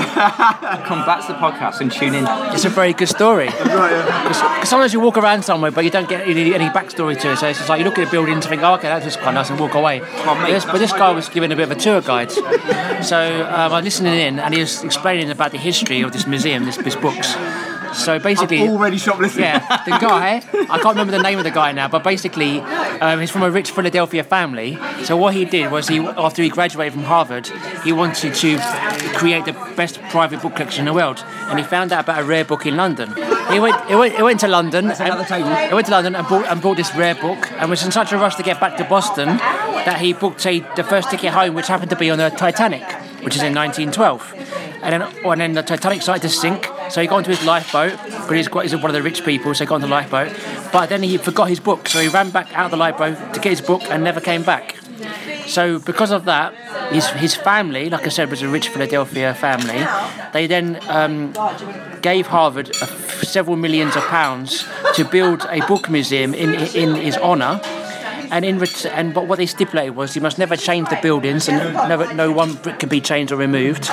S: come back to the podcast and tune in.
R: It's a very good story. Because sometimes you walk around somewhere, but you don't get any, any backstory to it. So it's just like you look at the buildings and think, oh, okay, that's just quite nice, and walk away. but, this, but this guy was giving a bit of a
S: [LAUGHS]
R: tour guide. so um, I was listening in, and he was explaining about the history of this museum, this, this books. So basically,
C: already shoplifting.
R: Yeah, the guy. I can't remember the name of the guy now, but basically, um, he's from a rich Philadelphia family. So what he did was he, after he graduated from Harvard, he wanted to create the best private book collection in the world, and he found out about a rare book in London. He went, he went, he went to London. and, He went to London and bought and bought this rare book, and was in such a rush to get back to Boston that he booked a, the first ticket home, which happened to be on the Titanic, which is in 1912 and then, oh, and then the Titanic started to sink. So he got onto his lifeboat because he's, quite, he's one of the rich people, so he got on the lifeboat. But then he forgot his book, so he ran back out of the lifeboat to get his book and never came back. So because of that, his his family, like I said, was a rich Philadelphia family. They then um, gave Harvard a f- several millions of pounds to build a book museum in in his honour. And in ret- and but what they stipulated was you must never change the buildings, and never, no one brick can be changed or removed.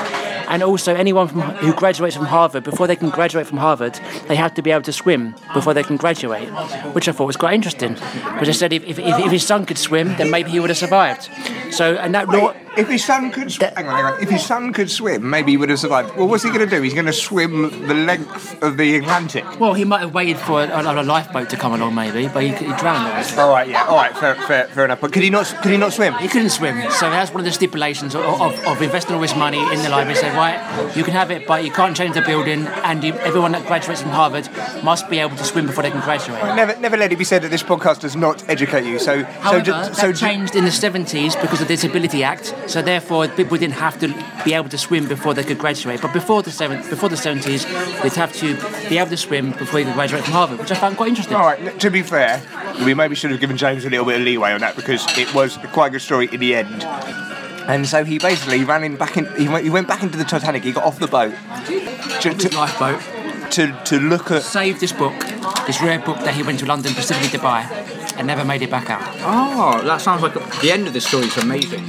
R: And also, anyone from, who graduates from Harvard, before they can graduate from Harvard, they have to be able to swim before they can graduate, which I thought was quite interesting. Because I said if, if, if his son could swim, then maybe he would have survived. So, and that law.
B: If his son could swim, hang on, hang on. [LAUGHS] If his son could swim, maybe he would have survived. Well, what's he going to do? He's going to swim the length of the Atlantic.
R: Well, he might have waited for a, a, a lifeboat to come along, maybe, but he, he drowned.
B: All right, yeah, all right, fair, fair, fair enough. But could he not? Could he not swim?
R: He couldn't swim, so that's one of the stipulations of, of, of investing all this money in the library. Say, right, you can have it, but you can't change the building, and you, everyone that graduates from Harvard must be able to swim before they can graduate.
B: Never, never let it be said that this podcast does not educate you. So,
R: However,
B: so, ju-
R: that
B: so ju-
R: changed in the 70s because of the Disability Act, so therefore people didn't have to be able to swim before they could graduate. But before the, seven, before the 70s, they'd have to be able to swim before they could graduate from Harvard, which I found quite interesting.
B: All right. To be fair, we maybe should have given James a little bit of leeway on that because it was quite a good story in the end. And so he basically ran in back in. He went, he went back into the Titanic. He got off the boat. To, to,
R: lifeboat.
B: To to look at
R: save this book, this rare book that he went to London specifically to buy, and never made it back out.
S: Oh, that sounds like the end of the story is amazing.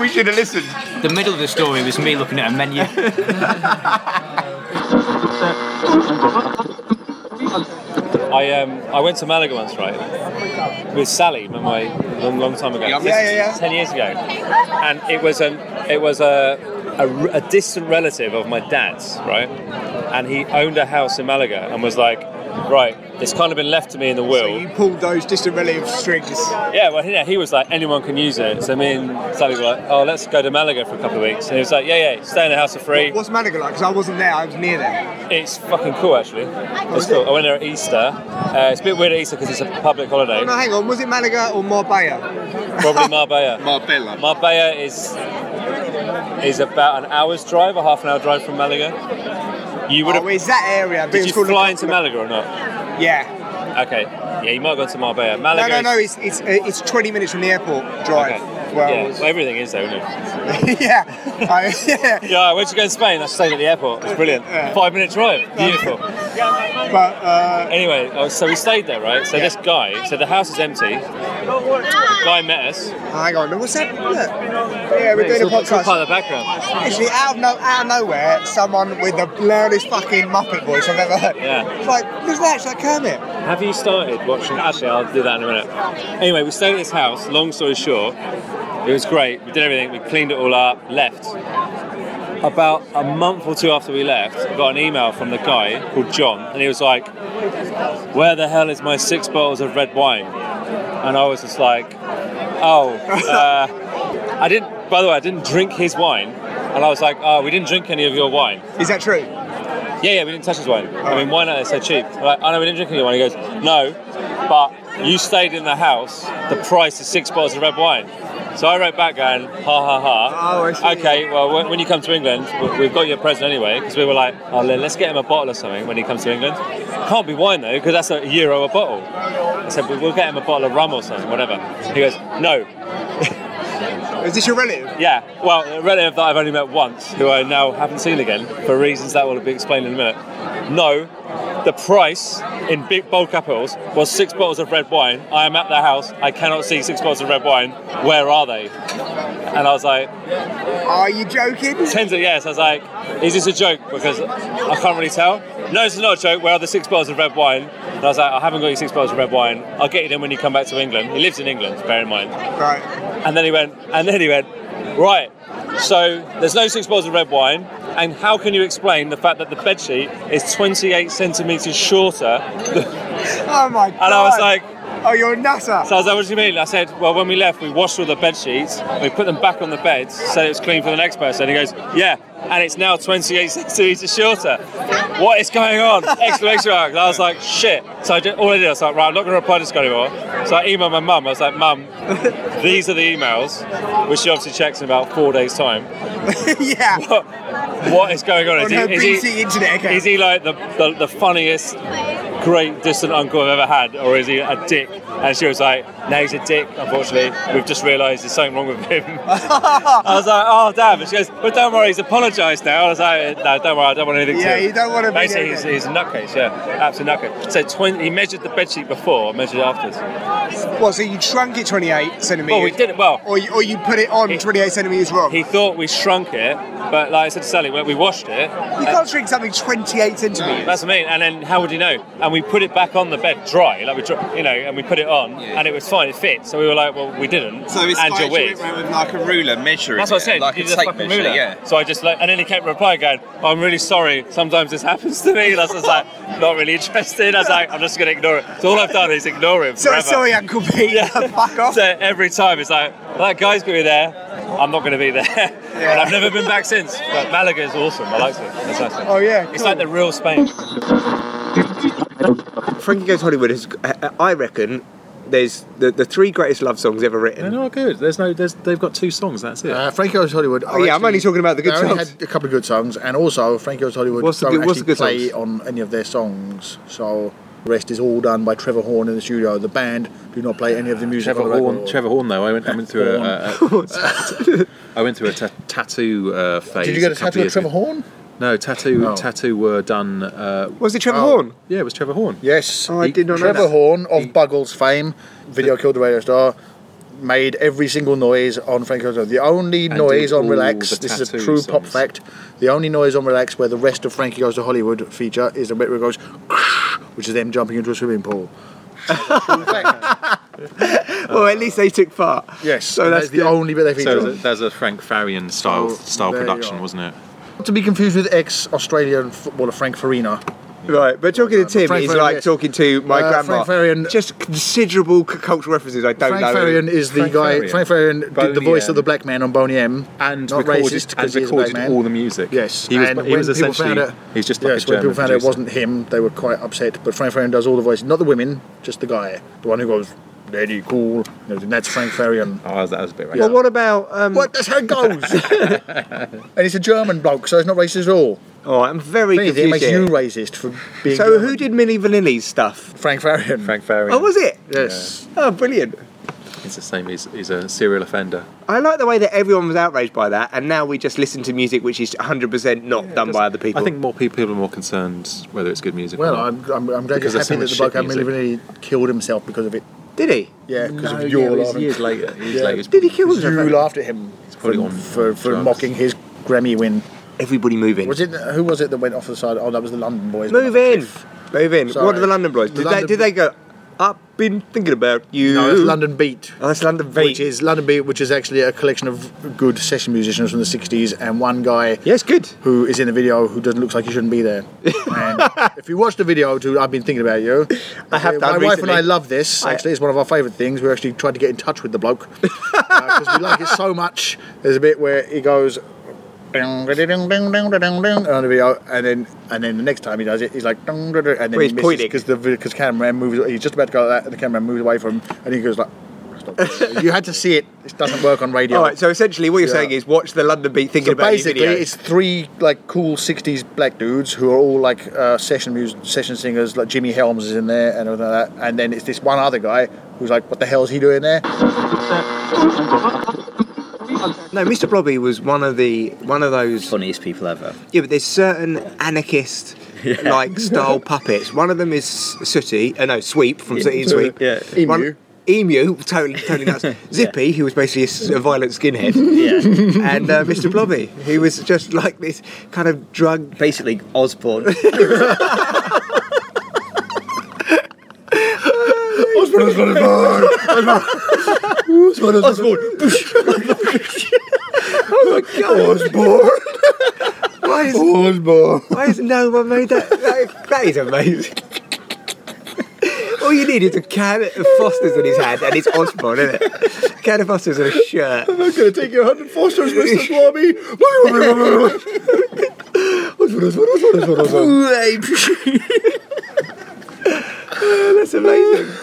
B: we should have listened.
S: The middle of the story was me looking at a menu.
H: I um I went to Malaga once, right, with Sally, my my long long time ago.
B: Yeah, yeah, yeah.
H: Ten years ago, and it was um it was a, a a distant relative of my dad's, right, and he owned a house in Malaga and was like, right, it's kind of been left to me in the will.
B: You [LAUGHS] pulled those distant relative strings.
H: Yeah, well, yeah, he was like, anyone can use it. So me and Sally were like, oh, let's go to Malaga for a couple of weeks. And he was like, yeah, yeah, stay in the house for free.
B: What's Malaga like? Because I wasn't there. I was near there.
H: It's fucking cool, actually. It's cool. I went there at Easter. Uh, it's a bit weird at Easter because it's a public holiday.
B: Oh, no, hang on. Was it Malaga or Marbella? [LAUGHS]
H: Probably Marbella. Marbella. Marbella is is about an hour's drive, a half an hour drive from Malaga. You would have.
B: Oh, is that area? But
H: Did
B: it's
H: you
B: called-
H: fly into Malaga or not?
B: Yeah.
H: Okay. Yeah, you might have gone to Marbella.
B: No,
H: Malaga.
B: no, no.
H: is-
B: It's it's uh, it's 20 minutes from the airport drive.
H: Okay.
B: Well,
H: yeah, well, everything is though, isn't
B: [LAUGHS]
H: it?
B: yeah. I, [LAUGHS] yeah.
H: Yeah, when you go to Spain, I stayed at the airport. It's brilliant. Five minute drive. Beautiful.
B: But uh,
H: anyway, oh, so we stayed there, right? So this guy, so the house is empty. The guy met us.
B: Hang on, what's that? Look. Yeah, we're
H: It's
B: doing a
H: all- it's all
B: podcast.
H: part of the background.
B: Actually, out of, no, out of nowhere, someone with the loudest fucking Muppet voice I've ever heard.
H: Yeah.
B: It's like, there's that, it's like Kermit.
H: Have you started watching? Actually, I'll do that in a minute. Anyway, we stayed at this house. Long story short, it was great. We did everything. We cleaned it all up. Left. About a month or two after we left, I got an email from the guy called John, and he was like, "Where the hell is my six bottles of red wine?" And I was just like, "Oh, uh, I didn't." By the way, I didn't drink his wine, and I was like, "Oh, we didn't drink any of your wine."
B: Is that true? Oh.
H: Yeah, yeah, we didn't touch his wine. I mean, why not? It's so cheap. I'm like, oh no, we didn't drink any wine. He goes, no, but you stayed in the house. The price is six bottles of red wine. So I wrote back going, ha ha ha.
K: Oh, I see.
H: Okay, well, when- when you come to England, we- we've got your present anyway, because we were like, oh, le- let's get him a bottle or something when he comes to England. Can't be wine though, because that's a euro a bottle. I said, "Well, we'll get him a bottle of rum or something, whatever. He goes, no, [LAUGHS]
K: Is this your relative?
H: yeah, well, a relative that I've only met once, who I now haven't seen again, for reasons that will be explained in a minute. No, the price in big bold capitals was six bottles of red wine. I am at their house. I cannot see six bottles of red wine. Where are they? And I was like,
K: Are you joking?
H: Tens of yes. I was like, is this a joke? Because I can't really tell. No, it's not a joke. Where are the six bottles of red wine? And I was like, I haven't got your six bottles of red wine. I'll get you them when you come back to England. He lives in England, bear in mind.
K: Right.
B: [LAUGHS]
H: And then he went, and then he went, right. So there's no six bottles of red wine. And how can you explain the fact that the bed sheet is 28 centimeters shorter?
K: Oh my god.
H: And I was like,
K: Oh, you're a nutter.
H: so I was like, what do you mean? I said, well, when we left, we washed all the bed sheets, we put them back on the beds, so it was clean for the next person. He goes, yeah, and it's now [LAUGHS] 28 centimetres shorter. What is going on? [LAUGHS] Exclamation mark. And I was like, shit. So I did, all I did, I was like, right, I'm not going to reply to this guy anymore. So I emailed my mum. I was like, mum, [LAUGHS] these are the emails, which she obviously checks in about four days' time.
K: yeah.
H: What, what is going on?
K: On
H: is,
K: her
H: he, is,
K: BT
H: he,
K: internet account.
H: is he like the, the, the funniest great distant uncle I've ever had, or is he a dick? And she was like, no, he's a dick, unfortunately. We've just realised there's something wrong with
K: [LAUGHS]
H: him. I was like, oh, damn. And she goes, well, don't worry, he's apologised now. I was like, no, don't worry, I don't want anything
K: Yeah,
H: to
K: you don't want to be
H: Basically,
K: there,
H: he's,
K: yeah.
H: he's a nutcase, yeah. Absolute nutcase. So twen- he measured the bedsheet before, I measured it afterwards.
K: Well, so you shrunk it 28 centimetres.
H: Well, we did it well.
K: Or you, or you put it on 28 centimetres wrong.
H: He thought we shrunk it, but like I said to Sally, we we washed it.
K: You can't shrink something 28 centimetres.
H: That's what I mean. And then how would you know? And we put it back on the bed dry, like we, dr- you know, and we put it on, and it was fine. It fit. So we were like, well, we didn't.
S: So it's
H: and
S: like
H: you're
S: you went
H: weird.
S: round with like a ruler measuring.
H: That's what I
S: it,
H: said.
S: Like
H: you
S: a
H: did a
S: tape
H: fucking
S: measure.
H: ruler.
S: Yeah.
H: So I just like, and then he kept replying, going, "Oh, "I'm really sorry. Sometimes this happens to me." And I was just like, not really interested. I was like, I'm just gonna ignore it. So all I've done is ignore him.
K: So,
H: forever.
K: sorry, Uncle
H: [LAUGHS]
K: Pete.
B: [LAUGHS]
K: Fuck off.
H: So every time it's like, that guy's gonna be there. I'm not gonna be there. [LAUGHS] and I've never been back since. But Malaga is awesome. I like it. That's nice.
K: Oh, yeah.
H: It's like the real Spain.
B: Frankie Goes to Hollywood is, I- I reckon, there's the, the three greatest love songs ever written.
E: They're not good. There's no. There's, they've got two songs. That's it.
C: Uh, Frankie Goes to Hollywood.
E: Oh, yeah, I'm only talking about the good
C: they only
E: songs.
C: Had a couple of good songs, and also Frankie Goes to Hollywood
E: What's the
C: don't
E: good- what's the
C: actually
E: good
C: play on any of their songs. So the rest is all done by Trevor Horn in the studio. The band do not play any of the music.
E: Trevor
C: on the record.
E: Horn. Trevor Horn. Though I went. I went through a. a, a [LAUGHS] I went through a ta- tattoo uh, phase.
C: Did you get a
E: couple
C: tattoo of
E: years
C: Trevor
E: ago.
C: Horn?
E: No, tattoo.
C: Oh.
E: Tattoo were done. Uh,
C: Was it Trevor
E: Horn? Yeah, it was Trevor Horn.
C: Oh. Yes.
E: I did not know
C: Trevor
E: that.
C: Horn of Buggles fame, video killed the radio star, made every single noise on Frank Ocean. The only
E: And
C: noise
E: did
C: on
E: all
C: Relax,
E: the
C: this is a
E: tattoo
C: true pop
E: songs.
C: fact. The only noise on Relax where the rest of Frankie Goes to Hollywood feature is the bit where it goes, [LAUGHS] which is them jumping into a swimming pool. [LAUGHS]
B: Well, at least they took part.
C: Yes,
B: So
C: and
B: that's
C: that's the only bit they feature.
E: So th- there's a Frank Farian style
C: So
E: style
C: there you
E: production,
C: are.
E: wasn't it?
C: Not to be confused with ex-Australian footballer Frank Farina.
B: Right, but talking to Tim
C: Frank
B: is
C: Farian,
B: like
C: yes.
B: talking to my
C: Uh,
B: grandma.
C: Frank Farian-
B: Just considerable c- cultural references I don't
C: Frank
B: know.
C: Farian is the
B: Frank
C: guy.
B: Farian.
C: Frank Farian did the
B: Boney
C: voice
B: M.
C: of the black man on Boney M.
E: And
C: not
E: recorded,
C: racist
E: and
C: because he's a black
E: recorded
C: man.
E: all the music.
C: Yes,
E: he was.
C: and
E: he was
C: when people
E: essentially.
C: found out-
E: he's just like a
C: yes, when
E: German
C: people found out it
E: producer.
C: wasn't him, they were quite upset. But Frank Farian does all the voices, not the women, just the guy, the one who goes, "Lady, cool." You know, and that's Frank Farian.
E: Oh, that was a bit
B: Well, what about. Um,
C: what? That's how it goes. and he's a German bloke, so it's not racist at all.
B: Oh, I'm very
C: Anything,
B: confused.
C: it makes
B: here.
C: you racist for being.
B: So,
C: German.
B: who did Millie Vanilli's stuff?
C: Frank Farian.
E: Frank Farian.
B: Oh, was it?
C: Yes.
B: Oh, [LAUGHS] brilliant.
E: It's the same. He's, he's a serial offender.
B: I like the way that everyone was outraged by that, and now we just listen to music which is 100% not done by other people.
E: I think more people, people are more concerned whether it's good music.
C: Well,
E: or not.
C: I'm, I'm, I'm glad
E: Because
C: you're
E: there's so
C: happy that
E: much
C: the
E: shit
C: bloke I really, really killed himself because of it.
B: Did he?
C: Yeah, because
E: No,
C: of your
E: yeah, it was
C: laughing.
E: years later. Years
C: Yeah.
E: later. It's
B: Did he kill
C: Because
B: himself?
C: You laughed at him for,
E: probably on-
C: for,
E: on
C: for
E: drugs.
C: mocking his Grammy win.
B: Everybody move in.
C: Was it who was it that went off the side? Oh, that was the London boys.
B: Move in. Move in.
C: Sorry.
B: What are the London boys?
C: The
B: Did,
C: London-
B: they, did they go, I've been thinking about you?
C: No, that's London Beat.
B: Oh, that's London Beat.
C: Which is London Beat, which is actually a collection of good session musicians from the '60s, and one guy.
B: Yes, good.
C: Who is in the video? Who doesn't looks like he shouldn't
B: [LAUGHS]
C: be there. And if you watch the video, to I've been thinking about you.
B: I have
C: Uh,
B: done
C: My wife and
B: recently.
C: I love this.
B: I-
C: Actually, it's one of our favourite things. We actually tried to get in touch with the bloke because we like it so much. There's a bit where he goes, ding, ding, ding, ding, ding, ding, on the video, and then and then the next time he does it, he's like ding, ding, ding, and then
B: Well,
C: he
B: he's
C: misses
B: pointing.
C: because the because camera moves. He's just about to go like that, and the camera moves away from him, and he goes like. "Stop." You had to see it. It doesn't work on radio.
B: All right. So essentially, what you're
C: Yeah.
B: saying is watch the London Beat [LAUGHS] thinking
C: so
B: about your
C: basically,
B: video.
C: it's three like cool '60s black dudes who are all like uh, session music, session singers. Like Jimmy Helms is in there and everything like that. And then it's this one other guy who's like, "What the hell is he doing there?"
B: No, Mr. Blobby was one of the one of those
S: funniest people ever.
B: Yeah, but there's certain anarchist
S: Yeah.
B: like style puppets. One of them is Sooty, uh, no Sweep from
S: Yeah.
B: Sooty and Sweep.
S: Yeah.
B: One, Emu, totally,
S: [LAUGHS]
B: totally nuts. Zippy, who was basically a s- a, violent skinhead.
S: Yeah.
B: And uh, Mr. Blobby, who was just like this kind of drug.
S: Basically, Osborne.
B: [LAUGHS]
C: Osborne, Osborne, Osborne, Osborne, [LAUGHS]
B: Oh my god!
C: Osborne.
B: [LAUGHS] Why is
C: Osborne?
B: Why has no one made that? That, that is amazing. [LAUGHS] All you need is a can of Foster's in his hand, and it's Osborne, isn't it? A can of Foster's and a shirt.
C: I'm gonna take your hundred Fosters, Mr. Swami.
B: That's amazing.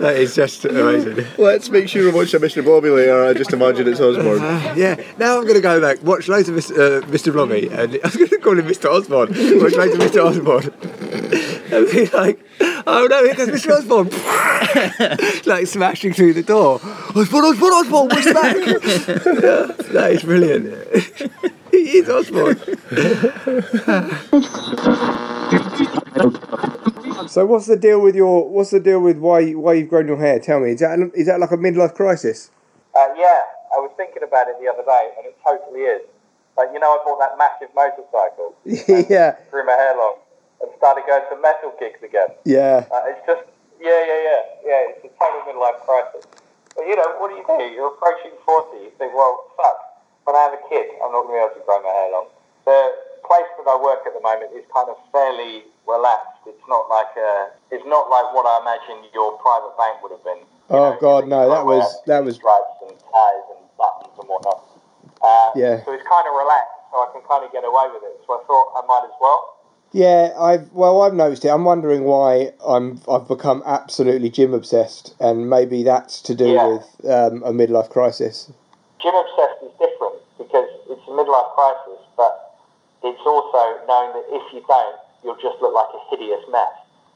B: That is just amazing.
C: Let's make sure we watch a Mr. Bobby later. I just imagine it's Osborne.
B: Uh, yeah, now I'm going to go back, watch loads of Mr. Uh, Mr. Blobby, and [LAUGHS] I was going to call him Mr. Osborne. Watch loads of Mr. Osborne. [LAUGHS] and be like, oh no, here goes Mr. Osborne. [LAUGHS] like smashing through the door. Osborne, Osborne, Osborne,
T: [LAUGHS]
B: what's
G: [LAUGHS]
B: that? that is brilliant. he is Osborne.
G: So what's the deal with your? What's the deal with why why you've grown your hair? Tell me, is that is that like a midlife crisis?
F: Uh, yeah, I was thinking about it the other day, and it totally is. Like, you know, I bought that massive motorcycle,
G: yeah,
F: grew my hair long, and started going to metal gigs again.
G: yeah.
F: Uh, it's just, yeah, yeah, yeah, yeah. It's a total midlife crisis. But you know, what do you do? You're approaching forty. You think, well, fuck. When I have a kid, I'm not going to be able to grow my hair long. The place that I work at the moment is kind of fairly relaxed. It's not like a, it's not like what I imagine your private bank would have been.
G: Oh God, no, that was that was
F: stripes and ties and buttons and whatnot. Uh,
G: Yeah.
F: So it's kind of relaxed, so I can kind of get away with it. So I thought I might as well.
G: yeah. I've well, I've noticed it. I'm wondering why I'm I've become absolutely gym obsessed, and maybe that's to do
F: Yeah.
G: with um, a midlife crisis.
F: Gym obsessed is different because it's a midlife crisis, but it's also knowing that if you don't, you'll just look like a hideous mess.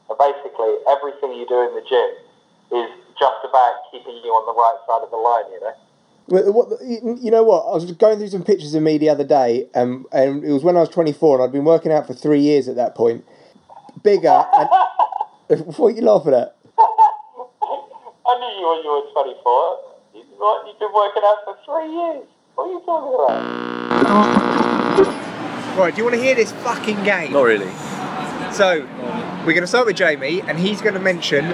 F: And basically, everything you do in the gym is just about keeping you on the right side of the line, you know?
G: Well, What, you you know what? I was going through some pictures of me the other day, and and it was when I was 24, and I'd been working out for three years at that point. Bigger. And, [LAUGHS] what are you laughing at?
F: I knew you when you were 24. You, what, you've been working out for three years. What are you talking about?
B: Right, do you want to hear this fucking game?
S: Not really.
B: So, we're going to start with Jamie, and he's going to mention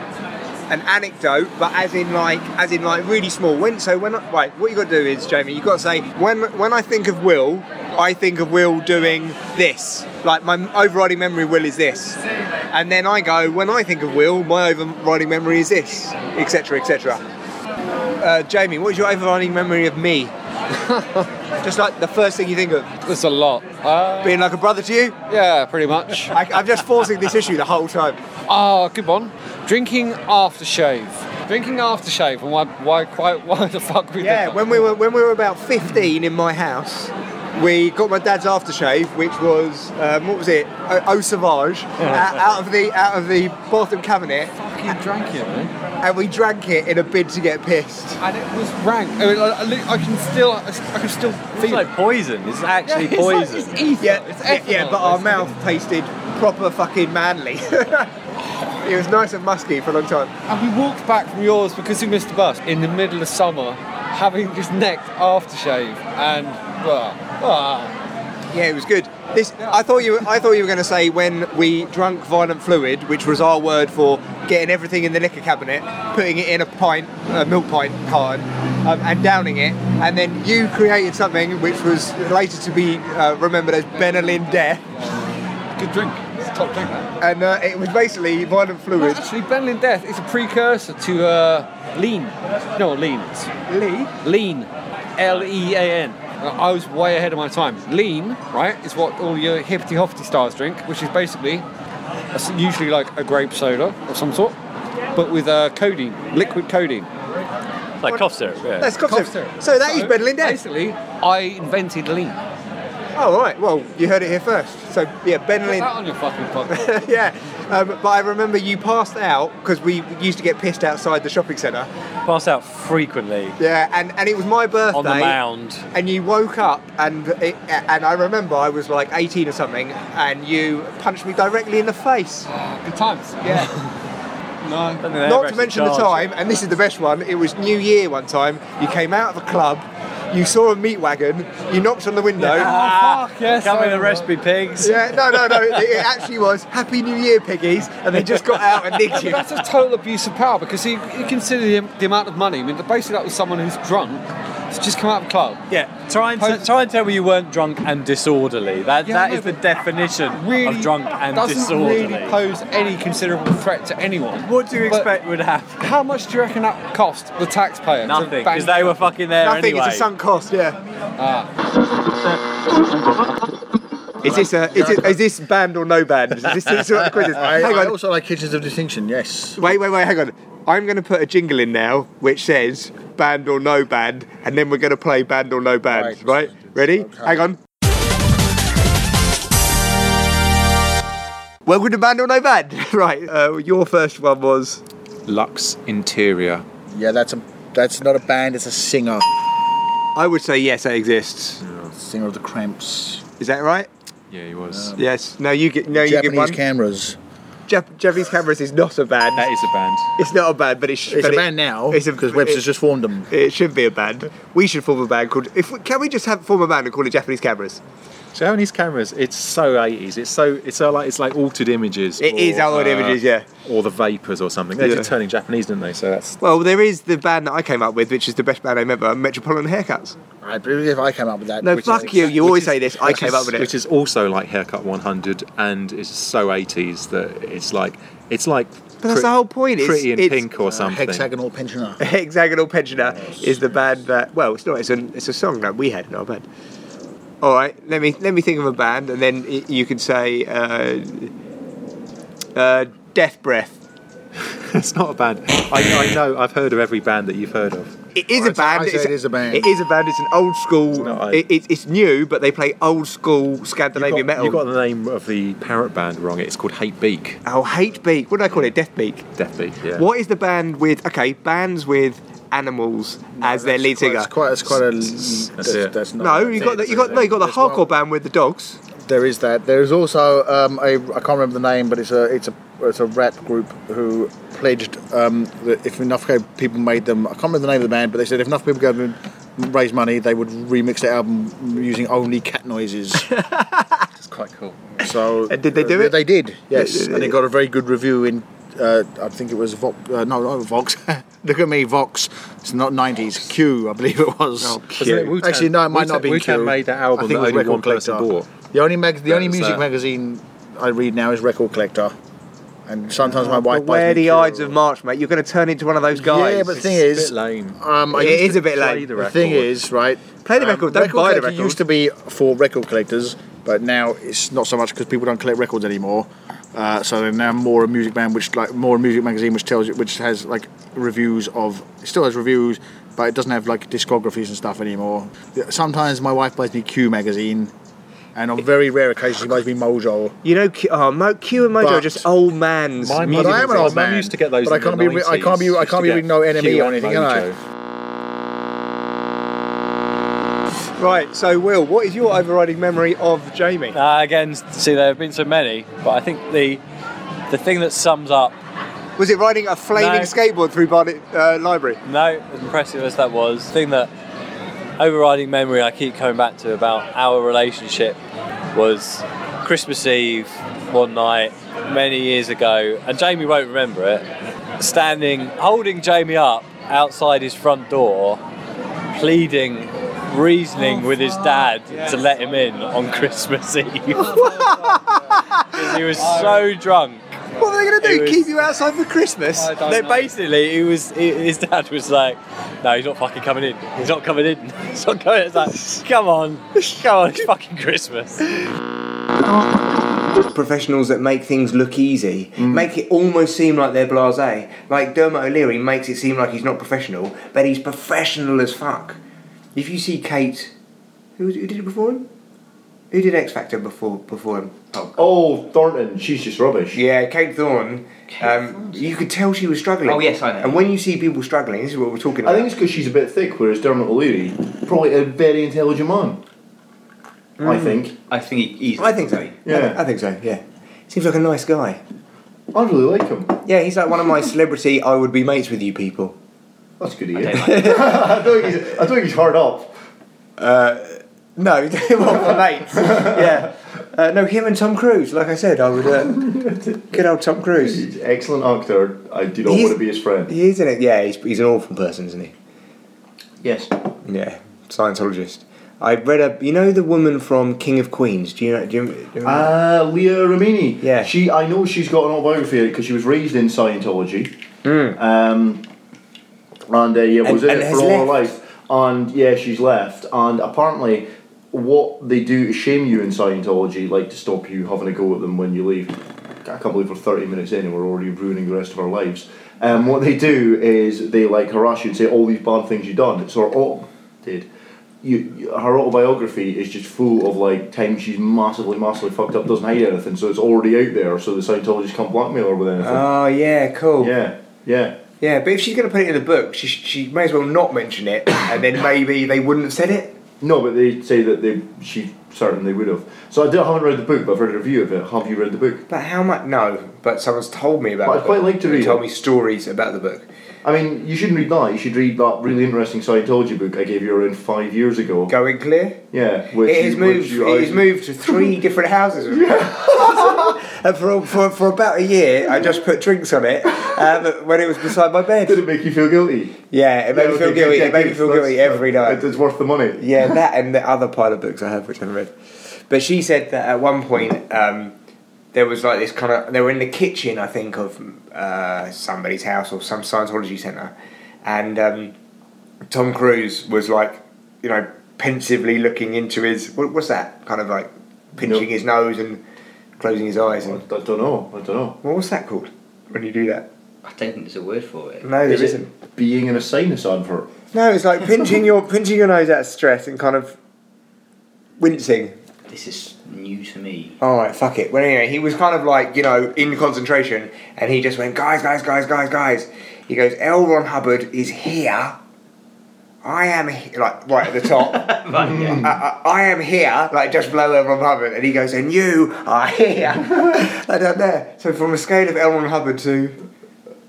B: an anecdote, but as in like, as in like, really small. When so when I, right, what you got to do is Jamie, you got to say when when I think of Will, I think of Will doing this. Like my overriding memory of Will is this, and then I go when I think of Will, my overriding memory is this, etc. etc. Uh, Jamie, what's your overriding memory of
L: [LAUGHS]
B: me? Just like the first thing you think of.
L: There's a lot. Uh,
B: Being like a brother to you?
L: Yeah, pretty much.
B: I, I'm just forcing this issue the whole time.
L: Ah, good one. Drinking aftershave. Drinking aftershave, and why, why, why, why the fuck we
B: Yeah,
L: did that?
B: when we were when we were about fifteen in my house, we got my dad's aftershave, which was um, what was it, O- Eau Sauvage, out, Uh, out of the out of the bathroom cabinet.
L: Fucking drank it, man.
B: And we drank it in a bid to get pissed.
L: And it was rank. I, mean, I, I li- I can still, I can still feel. It's like
S: poison. It's
L: actually Yeah, it's like- poison. it's ether.
B: Yeah,
L: It's
B: yeah, yeah,
L: ethanol,
B: but our
L: basically.
B: mouth tasted proper fucking manly. [LAUGHS] it was nice and musky for a long time.
L: And we walked back from yours because we missed the bus in the middle of summer, having just necked aftershave, and well,
B: Yeah, it was good. This I thought you I thought you were going to say when we drunk violent fluid, which was our word for getting everything in the liquor cabinet, putting it in a pint, a milk pint card, um, and downing it, and then you created something which was later to be uh, remembered as Benelin Death,
L: good drink. It's a top drink. That.
B: and uh, it was basically violent fluid.
L: Actually, Benlin Death is a precursor to uh, lean. No, lean. It's
B: Lean?
L: Lean. L E A N. I was way ahead of my time. Lean, right, is what all your hippity hoppity stars drink, which is basically it's usually like a grape soda of some sort, but with uh, codeine, liquid codeine.
H: Like cough syrup, yeah.
B: That's cough syrup. So that is better than death.
L: Basically, I invented lean.
B: Oh right, well you heard it here first. So yeah, Ben Lin.
L: that on your
B: [LAUGHS]
L: fucking
B: yeah, um, but I remember you passed out because we used to get pissed outside the shopping centre.
H: Pass out frequently.
B: Yeah, and, and it was my birthday.
H: On the mound.
B: And you woke up, and it, and I remember I was like 18 or something, and you punched me directly in the face.
L: Good times. [LAUGHS]
B: Yeah.
L: No.
B: Not to mention the time, and this is the best one. It was New Year one time. You came out of a club. You saw a meat wagon. You knocked on the window.
L: Ah, fuck, yes, Come with the recipe, pigs.
B: Yeah, no, no, no. It, it actually was Happy New Year, piggies, and they just got out and nicked you.
L: [LAUGHS] That's a total abuse of power because you, you consider the, the amount of money. I mean, basically, that was someone who's drunk. It's just come out of a club.
H: Yeah, try and, t- try and tell me you weren't drunk and disorderly. That,
L: Yeah,
H: that
L: I know,
H: is the definition
L: Really
H: of drunk and
L: doesn't
H: disorderly.
L: really pose any considerable threat to anyone.
B: What do you
L: expect
H: would happen?
L: How much do you reckon that cost the taxpayer? to
H: Nothing,
L: ban-
H: because they were fucking there
B: Nothing.
H: anyway.
B: It's a sunk cost. Yeah.
L: Ah.
B: Is this a, is, it, is this banned or no banned? Is [LAUGHS] this, this what the
L: [LAUGHS]
B: quiz is?
C: [LAUGHS] I,
B: Hang
C: I
B: on.
C: also like Kitchens of Distinction, yes.
B: Wait, wait, wait, hang on. I'm going to put a jingle in now which says band or no band, and then we're going to play band or no band, right? Ready? Hang on. Welcome to Band or No Band. [LAUGHS] Right, uh, your first one was.
J: Lux Interior.
C: Yeah, that's a that's not a band, it's a singer.
B: I would say yes, it exists.
C: Singer of the Cramps.
B: Is that right?
J: Yeah, he was.
B: Yes. No, you get. No, you get
C: Japanese
B: one.
C: cameras.
B: Jap- Japanese cameras is not a band. That
J: is a band.
B: It's not a band, but it sh-
C: It's
B: but
C: a
B: it-
C: band now,
B: It's a
C: because Webster's
B: it-
C: just formed them.
B: It should be a band. We should form a band called. If we, can we just have form a band and call it Japanese Cameras?
E: Japanese cameras, it's so 80s. It's so it's so like it's like altered images.
B: It
E: It is
B: is Altered Images, yeah.
E: Or the vapors or something. They
B: Yeah.
E: did turning Japanese, didn't they? So that's
B: Well, there is the band that I came up with, which is the best band I remember, Metropolitan Haircuts.
C: I believe I came up with that.
B: No,
C: which is-
B: fuck you. You always say this. I
E: which
B: came
E: is-
B: up with it.
E: which is also like haircut 100, and it's so 80s that it's like it's like.
B: But that's
E: pre-
B: the whole point, it's-
E: Pretty in
B: it's-
E: pink or
B: Uh,
E: something.
C: Hexagonal pensioner.
B: [LAUGHS] Hexagonal Pensioner is the band that. Well, it's not. It's a it's a song that we had in our band. All right, let me let me think of a band, and then y- you can say uh, uh, Death Breath.
E: [LAUGHS] it's not a band. I, I know. I've heard of every band that you've heard of.
B: It is a band.
C: I say it is a band.
B: It is a band. It's an old school. It's, it, it's new, but they play old school Scandinavian metal.
E: You got the name of the parrot band wrong. It's called Hate Beak.
B: Oh, Hate Beak. What do I call it? Death Beak.
E: Death Beak. Yeah.
B: What is the band with? Okay, bands with animals as their lead singer.
C: It's quite, it's quite a. That's,
E: it.
C: that's not
B: no, you got the, you got no, you got the hardcore band with the dogs.
C: There is that. There is also um, a, I can't remember the name, but it's a it's a it's a rap group who pledged um, that if enough go- people made them, I can't remember the name of the band, but they said if enough people go and raise money, they would remix their album using only
B: [LAUGHS]
C: cat noises.
J: It's quite cool.
C: So
B: And did they do
C: uh,
B: it?
C: They did. Yes,
B: They-
C: and it got a very good review in. Uh, I think it was Vox. Uh, no, no, Vox. [LAUGHS] Look at me, Vox. It's not nineties. Q, I believe it was.
E: Oh, Wasn't it Wu-Tang?
C: Actually, no, it might not be
E: Wu-Tang-
C: Q.
E: Wu-Tang made that album
C: I think
E: that
C: it was
E: only
C: Record
E: one person
C: Collector.
E: bought.
C: The only mag- the
E: That
C: only
E: was
C: music
E: that.
C: magazine I read now is Record Collector, and
E: Uh,
C: sometimes my wife
B: But where
C: buys me
B: the
C: Q.
B: Ides of March, mate? You're going to turn into one of those guys.
C: Yeah, but the thing is, Um, I
B: It
C: used
B: is
C: to
B: a bit
C: play
B: lame.
C: The,
B: The
C: thing
B: record.
C: is, right? um,
B: Play the record, don't buy the
C: collector
B: record.
C: Used to be for record collectors, but now it's not so much because people don't collect records anymore. Uh, so they're now more a music band, which like more a music magazine, which tells you, which has like reviews of, it still has reviews, but it doesn't have like discographies and stuff anymore. Sometimes my wife buys me Q magazine, and on very rare occasions she buys me Mojo.
B: You know, Q, oh, Mo, Q and Mojo are
C: But-
B: just old man's
C: My
B: music.
C: mum- I am an old man. But I can't be. re- I can't be. I can't be reading no enemy or anything, can I?
B: Right, so Will, what is your overriding memory of Jamie?
H: Uh, again, see, there have been so many, but I think the the thing that sums up
B: Was it riding a flaming
H: No.
B: skateboard through Barnet uh, Library?
H: No, as impressive as that was, the thing that overriding memory I keep coming back to about our relationship was Christmas Eve one night many years ago, and Jamie won't remember it, standing, holding Jamie up outside his front door, pleading, reasoning with his dad to let
U: [LAUGHS]
H: him in on Christmas Eve. he was so drunk.
B: What are they going to do? Keep you outside for Christmas?
U: No, basically, it was it, his dad was like, "No, he's not fucking coming in. He's not coming in. [LAUGHS] He's not coming." It's like, come on, come on, it's fucking Christmas.
B: professionals that make things look easy make it almost seem like they're blasé. Like Dermot O'Leary makes it seem like he's not professional, but he's professional as fuck. If you see Kate, who, was- who did it before him? Who did X Factor before before him? Oh, Thornton, she's just rubbish. Yeah, Kate Thornton. um, you could tell she was struggling.
I: Oh, yes, I know.
B: And when you see people struggling, this is what we're talking about.
I: I think it's because she's a bit thick, whereas Dermot O'Leary, probably a very intelligent man. I think.
B: I think he's. I think so.
I: Yeah.
B: Mm. I think so. Yeah. Seems like a nice guy.
I: I really like him.
B: Yeah, he's like one of my celebrity. I would be mates with you people.
I: That's good of you. [LAUGHS] I don't think he's, I don't think he's hard up.
B: Uh, no, [LAUGHS] well, for mates. yeah. Uh, no, him and Tom Cruise. Like I said, I would. Uh, good old Tom Cruise. He's
I: an excellent actor. I do not want to be his friend.
B: He is in it. Yeah, he's, he's an awful person, isn't he?
I: Yes.
B: Yeah, Scientologist. I read a. You know the woman from King of Queens. Do you know? Do you, do you remember?
I: Ah, Leah Remini. Yeah. She, I know she's got an autobiography because she was raised in Scientology. Um, and uh, yeah, was
B: Mm. And-
I: in
B: and
I: it
B: has
I: for all her
B: left.
I: life. And yeah, she's left. And apparently, what they do to shame you in Scientology, like to stop you having a go at them when you leave. I can't believe we're 30 minutes in and we're already ruining the rest of our lives. Um, what they do is they like harass you and say all these bad things you've done. It's sort of, oh, did. You, you- her autobiography is just full of like times she's massively, massively fucked up, doesn't hide anything, so it's already out there, so the Scientologists can't blackmail her with anything.
B: Oh yeah, cool.
I: Yeah, yeah.
B: Yeah, but if she's going to put it in the book, she, she may as well not mention it, [COUGHS] and then maybe they wouldn't have said it.
I: No, but they say that they she certainly would have. So I, don't, I haven't read the book, but I've read a review of it. Have you read the book?
B: But how much? No, but someone's told me about.
I: But
B: the
I: I'd quite
B: book
I: like to
B: and
I: read
B: Told
I: it.
B: me stories about the book.
I: I mean, you shouldn't read that. You should read that really interesting Scientology book I gave you around five years ago.
B: Going clear.
I: Yeah, which
B: it
I: you-
B: has
I: which
B: moved.
I: you-
B: It has moved
I: [LAUGHS]
B: to three different houses. and for, for for about a year, I just put drinks on it um, when it was beside my bed. Did
I: it make you feel guilty?
B: Yeah, it made me
I: okay,
B: feel guilty.
I: good,
B: It made me
I: good.
B: feel guilty
I: That's-
B: every night.
I: It's worth the money. [LAUGHS]
B: Yeah, that and the other pile of books I have which I haven't read. But she said that at one point um, there was like this kind of they were in the kitchen I think of uh, somebody's house or some Scientology center, and um, Tom Cruise was like you know pensively looking into his what, what's that kind of like pinching his nose and closing his eyes and
I: I don't know I don't know
B: well, what's that called when you do that
S: I don't think there's a word for it.
B: no there
I: Is it
B: isn't
I: Being in a sinus advert.
B: No, it's like pinching your pinching your nose out of stress and kind of wincing.
S: This is new to
B: [LAUGHS]
S: me.
B: All right, fuck it. Well, anyway, he was kind of like you know in concentration, and he just went, guys, guys, guys, guys, guys. He goes, L. Ron Hubbard is here. I am he-, like right at the top. I, I, I am here, like just below L. Ron Hubbard, and he goes, and you are here, like down there. So from a scale of L. Ron Hubbard to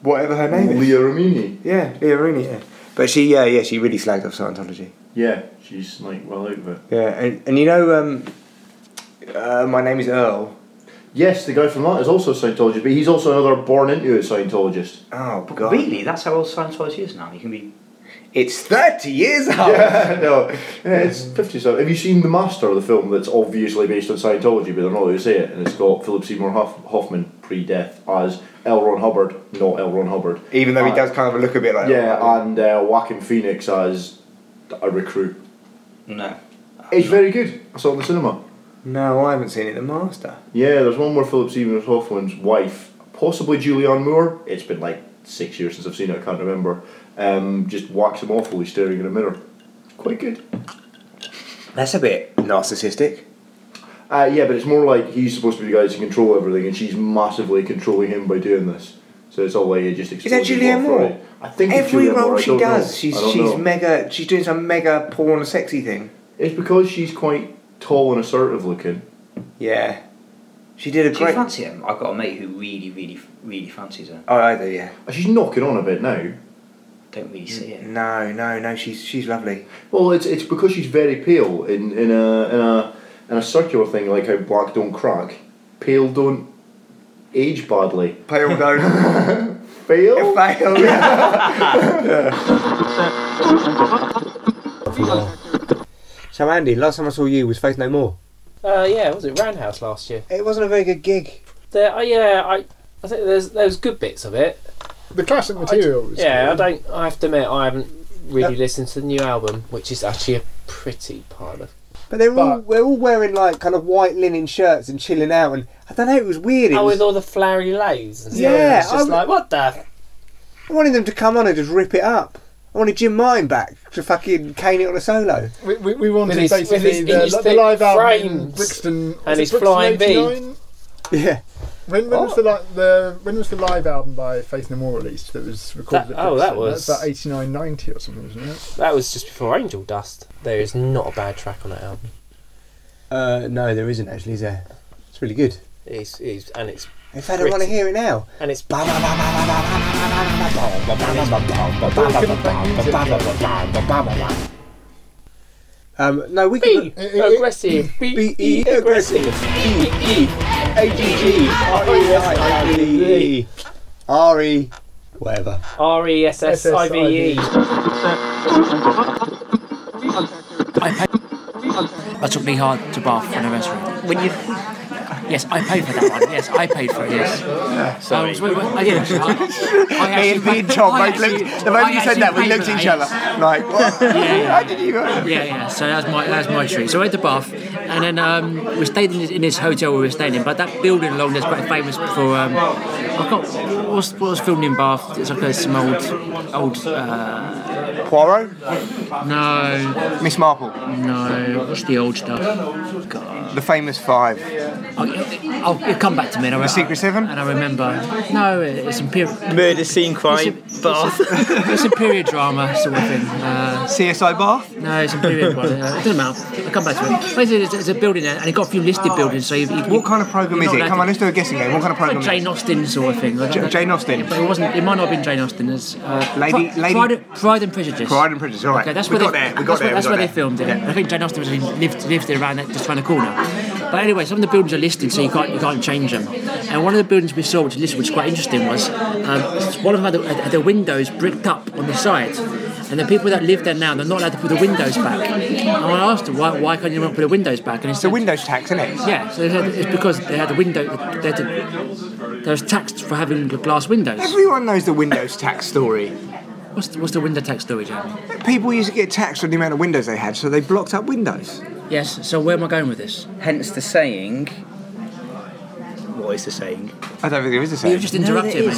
B: whatever her name is,
I: Leah Remini.
B: Yeah, Leah Remini. Yeah. But she, yeah, yeah, she really slagged off Scientology.
I: Yeah, she's like well out of it.
B: Yeah, and, and you know, um, uh, my name is Earl.
I: Yes, the guy from that is also a Scientologist, but he's also another born into it Scientologist.
B: Oh god!
S: Really? That's how old Scientology is now. You can be.
B: It's
I: [LAUGHS]
B: thirty years old.
I: Yeah, no, yeah, it's fifty-seven. Have you seen The Master, the film that's obviously based on Scientology, but they're not allowed to say it, and it's got Philip Seymour Hoff- Hoffman pre-death as L. Ron Hubbard, not L. Ron Hubbard,
B: Even though he
I: Uh,
B: does kind of look a bit like
I: yeah, and uh, Joaquin Phoenix as a recruit.
S: No,
I: it's very good. I saw it in the cinema.
B: No, I haven't seen it. The Master.
I: Yeah, there's one where Philip Seymour Hoffman's wife, possibly Julianne Moore. It's been like six years since I've seen it. I can't remember. Um, just whacks him off while he's staring in a mirror. Quite good.
B: That's a bit narcissistic.
I: Uh, yeah, but it's more like he's supposed to be the guy that's in control of everything, and she's massively controlling him by doing this. So it's all like it just.
B: Is that
I: explodes
B: Julianne
I: off,
B: Moore?
I: right? I think it's
B: every
I: Julianne
B: role
I: Moore, I
B: she
I: don't know.
B: does, she's
I: I don't
B: she's
I: know.
B: mega. She's doing some mega porn sexy thing.
I: It's because she's quite tall and assertive looking.
B: Yeah, she did a
S: Do
B: great.
S: you fancy him? I've got a mate who really, really, really fancies her.
B: Oh, I do. Yeah.
I: She's knocking on a bit now.
S: Don't really see it.
B: No, no, no. She's she's lovely.
I: Well, it's it's because she's very pale in in a in a in a circular thing like how black don't crack, pale don't age badly.
B: Pale
I: [LAUGHS]
B: don't
I: fail.
B: Fail. So Andy, last time I saw you was Faith No More.
P: Uh, yeah, was it Roundhouse last year?
B: It wasn't a very good gig.
P: There, uh, yeah, I I think there's there's good bits of it.
C: The classic material. is
P: yeah, I
C: good.
P: don't. I have to admit, I haven't really listened to the new album, which is actually a pretty pile of.
B: But they're all we're all wearing like kind of white linen shirts and chilling out, and I don't know, it was weird. It
P: Oh,
B: was-
P: with all the flowery lays and stuff.
B: Yeah,
P: it's just
B: I-
P: like what the.
B: I wanted them to come on and just rip it up. I wanted Jim Martin back to fucking cane it on a solo.
C: We, we, we wanted
B: With his- with
C: basically
B: his-
C: the,
B: his
C: like, the
B: thick
C: live album in
B: frames
C: Brixton was
B: and
C: it
B: his
C: Brixton
B: flying V.
C: 89?
B: Yeah.
C: When, when was the like the when was the live album by Faith No More released that was recorded?
P: That-
C: at
P: oh, that
C: Brixton?
P: was-
C: That's about eighty nine ninety or something, isn't it?
P: That was just before Angel Dust. There is not a bad track on that album.
B: Uh, no, there isn't actually. Is there? It's really good.
P: It's, it's and it's.
B: In fact, I want to
P: pretty-
B: hear it now.
P: And it's.
B: Um, no, we can
P: aggressive.
B: B E aggressive. B E A G G R E S I V E R E whatever.
P: R E S S I V E.
R: I took me hard to bath for the restaurant. When you. Yes, I paid for that one. Yes, I paid for it. Yes.
S: Sorry.
R: I was- wait, wait, I did actually- I- I
K: Me
R: actually
K: and me and
R: paid-
K: John
R: I
K: both
R: actually-
K: looked. The moment
R: I
K: you said
R: actually
K: that, we
R: paid
K: looked
R: for
K: at each
R: it.
K: other like, what? How did you?
R: Yeah, yeah. So that's my that's my treat. So we had the bath, and then um, we stayed in this, in this hotel we were staying in. But that building along there's quite famous for um, I can't what's what was filmed in Bath. It's like a, some old old. Uh,
K: Poirot.
R: No.
K: Miss Marple.
R: No. What's the old stuff?
K: The famous five.
R: Oh, you come back to me. And I, the Secret
K: Seven.
R: And I remember. No, it's imperial.
S: Murder scene crime.
R: Bath. It's a period drama sort of thing. Uh,
K: CSI Bath?
R: No, it's a period one. Uh, [LAUGHS] it doesn't matter. I'll come back to it. Basically, there's, there's a building there, and it got a few listed buildings. So you, you, what
K: Oh. kind of program is it? Come on, let's do a guessing game. What kind of program is it?
R: Jane Austen sort of thing.
K: J- Jane Austen.
R: But it wasn't. It might not have been Jane Austen. It's, uh,
K: Lady-
R: Pri-
K: lady-
R: Pride, and- Pride and Prejudice.
K: Pride and Prejudice, all right.
R: Okay, that's
K: We
R: where
K: got
R: they,
K: there, we got
R: that's
K: there, we
R: where, that's
K: got
R: where
K: there.
R: they filmed it.
K: Yeah.
R: I think Jane Austen was lived, lived around that just around the corner. But anyway, some of the buildings are listed, so you can't you can't change them. And one of the buildings we saw, which is listed, which is quite interesting, was um, one of them had the, had the windows bricked up on the side. And the people that live there now, they're not allowed to put the windows back. And I asked them, why, why can't you not put the windows back? And it's the
K: windows tax, isn't it?
R: Yeah, so they said it's because they had the window, they had to, they was taxed for having glass windows.
K: Everyone knows the Windows tax story.
R: What's the, what's the window tax story, Jeremy?
K: People used to get taxed on the amount of windows they had, so they blocked up windows.
R: Yes, so where am I going with this?
S: Hence the saying. What is the saying?
K: I don't think there is a
R: saying. You just interrupted me.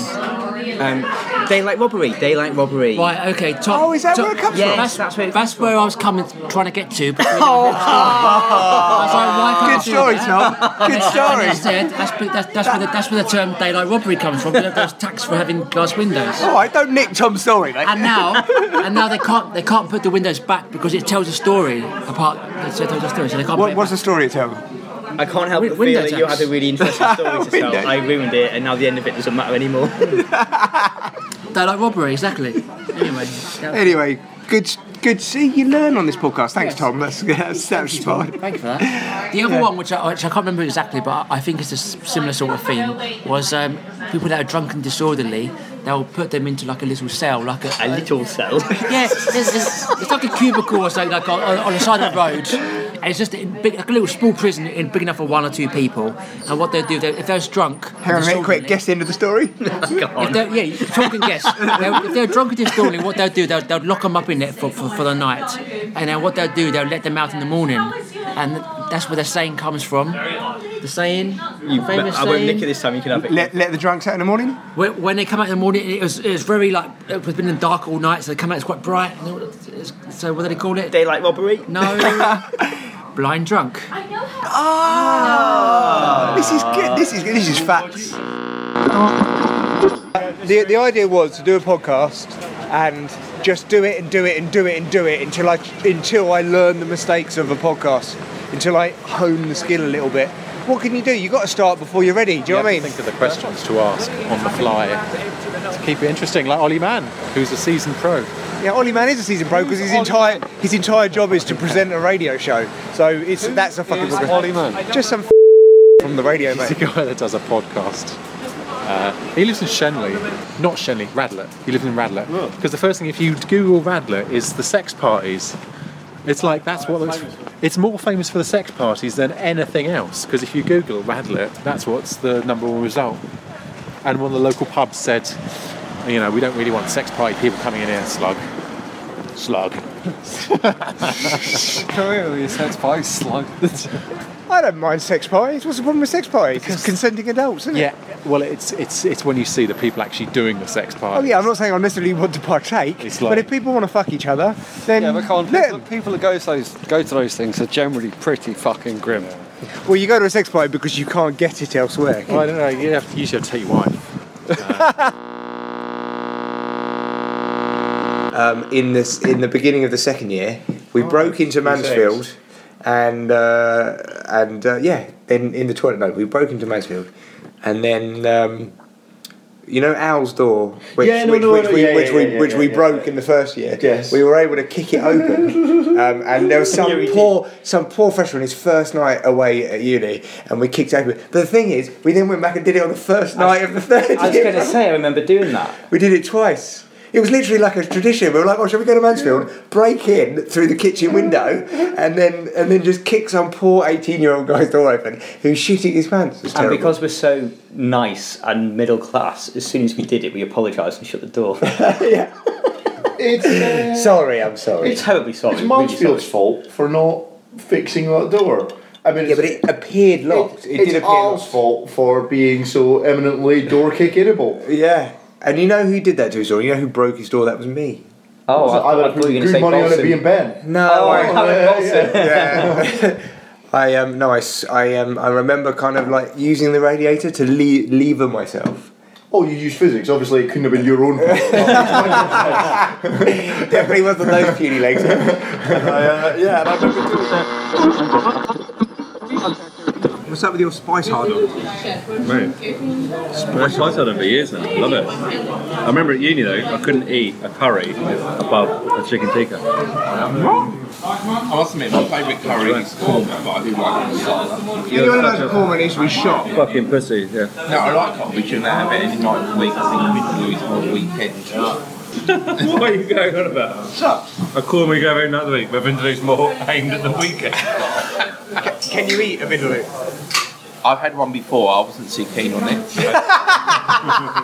S: Um, daylight robbery. Daylight robbery.
R: Right, okay, Tom. Oh, is that where it comes
S: Yes,
R: That's, that's, where, I was coming, trying to get
K: [LAUGHS]
R: to. But
K: Oh. Good story, Tom. Good story.
R: Said, that's, be- that's, that's, where the, that's where the term daylight robbery comes from. because There's tax for having glass windows.
K: All right, don't nick Oh, Tom's story, mate.
R: And now, and now they can't they can't put the windows back because it tells a story apart. So it tells a story, so they can't. put
K: What,
R: it
K: what's the story it tells?
S: I can't help but
R: window
S: feel that you
R: tax.
S: had a really interesting
K: [LAUGHS]
S: story to tell.
R: Window.
S: I ruined it, and now the end of it doesn't matter
R: [LAUGHS]
S: anymore.
R: back. Daylight robbery, exactly. Anyway.
K: [LAUGHS]
R: that-
K: Anyway, good, good. See, you learn on this podcast. Thanks, Tom. That's that's, that's
R: [LAUGHS]
K: fine.
R: Thank you for that. The other one, which I, which I can't remember exactly, but I think it's a s- similar sort of thing, was um, people that are drunk and disorderly. They'll put them into like a little cell, like a,
S: little cell.
R: [LAUGHS] yeah, there's, there's, it's like a cubicle or something, like on, on on the side of the road. And it's just a big, like a little small prison, in, big enough for one or two people. And what they'll do, they, if they're drunk,
K: Hang on a
S: [LAUGHS]
K: minute, quick. Guess the end of the story.
S: Oh,
R: if they're, yeah, you talk and guess. They'll- if they're drunk and disorderly, what they'll do, they'll, they'll lock them up in it for, for, for the night. [LAUGHS] And then what they'll do, they'll let them out in the morning. And that's where the saying comes from. The saying,
S: You, but
R: famous
S: I won't
R: saying.
S: nick it this time. You can have it.
K: Let, let the drunks out in the morning.
R: When, when they come out in the morning, it was, it was very like, it was been in the dark all night, so they come out, it's quite bright. and all- it's- So what do they call it?
S: Daylight robbery? [LAUGHS]
R: No. Blind drunk.
K: Ah, this is good. This is this is facts.
B: The the idea was to do a podcast and just do it and do it and do it and do it until I until I learn the mistakes of a podcast, until I hone the skill a little bit. What can you do? You got to start before you're ready. Do you know what I mean?
U: Think of the questions to ask on the fly to keep it interesting. Like Ollie Mann, who's a seasoned pro.
B: Yeah, Ollie Mann is a season pro because his entire his entire job is to present a radio show. So it's that's a fucking
U: Who's Ollie
B: Mann. Just some from the radio, mate.
U: He's the guy that does a podcast. Uh, he lives in Shenley, not Shenley, Radlett. He lives in Radlett because the first thing, if you Google Radlett, is the sex parties. It's like that's what looks. It's more famous for the sex parties than anything else because if you Google Radlett, that's what's the number one result.
E: and one of the local pubs said, you know, we don't really want sex party people coming in here, slug. Slug.
L: Clearly, a sex pie
U: [LAUGHS]
L: slug.
B: I don't mind sex parties. What's the problem with sex parties? It's consenting adults, isn't
E: Yeah,
B: it?
E: well, it's it's it's when you see the people actually doing the sex
B: Oh
E: party.
B: yeah, I'm not saying I necessarily want to partake,
E: It's
B: but
E: like-
B: if people want to fuck each other, then
L: Yeah, but come on,
B: let
L: people, people that go to, those, go to those things are generally pretty fucking grim.
B: Well, you go to a sex party because you can't get it elsewhere.
E: Well, I don't know. You have to, you should take your wife.
B: um, in this in the beginning of the second year,
V: Oh,
B: we broke into Mansfield, and uh, and uh, yeah, in in the toilet. No, we broke into Mansfield, and then. Um, you know Owl's door, which
V: Yeah, no,
B: which,
V: no,
B: which
V: no,
B: we
V: yeah,
B: which
V: yeah,
B: we
V: yeah,
B: which
V: yeah,
B: we
V: yeah,
B: broke in the first year.
V: Yes.
B: we were able to kick it
V: [LAUGHS]
B: open, um, and there was some poor some poor freshman his first night away at uni, and we kicked open. But the thing is, we then went back and did it on the first night of the third.
W: I was
B: year. [LAUGHS]
W: going to say, I remember doing that.
B: We did it twice. It was literally like a tradition. We were like, "Oh, shall we go to Mansfield? Break in through the
I: [LAUGHS]
B: kitchen window, and then and then just kick some poor eighteen-year-old guy's door open who's shitting his pants." It's
W: And
B: terrible.
W: because we're so nice and middle class, as soon as we did it, we apologised and shut
B: [LAUGHS]
W: the door.
I: It's, uh,
B: sorry, I'm sorry.
W: It's terribly sorry.
I: It's
W: really sorry.
I: Mansfield's fault for not fixing that door. I mean, yeah, but
B: it appeared
I: locked.
B: It did
I: it's
B: appear
I: Al's fault for being so eminently door kickable.
B: yeah, and you know who did that to his door? You know who broke his door? That was me.
W: Oh, I thought- I thought you were gonna say
I: money on it
W: Bolson.
I: being Ben.
B: No,
W: Oh,
B: I,
W: Alan Bolson.
B: Yeah. [LAUGHS] I um no I, s- I um I remember kind of like using the radiator to le- lever myself.
I: Oh, you use physics. Obviously, it couldn't have been your own.
B: [LAUGHS] Definitely wasn't those puny legs. uh,
I: yeah, and I remember doing
B: What's up with your spice hard [LAUGHS]
J: Right. I've tried that for years now. I love it. I remember at uni though, I couldn't eat a curry above a chicken tikka. I must admit, my favourite curry is korma, but I do like masala.
B: You're allowed to korma, it needs to be shot.
J: Fucking pussy, yeah. No, I like korma. We shouldn't have it any night of the week. I think we should lose all weekend. what are you going on about? A korma you go every night of the week. We've introduced more aimed at the weekend.
B: Can you eat a middle?
T: I've had one before. I wasn't too keen
J: [LAUGHS]
T: on it.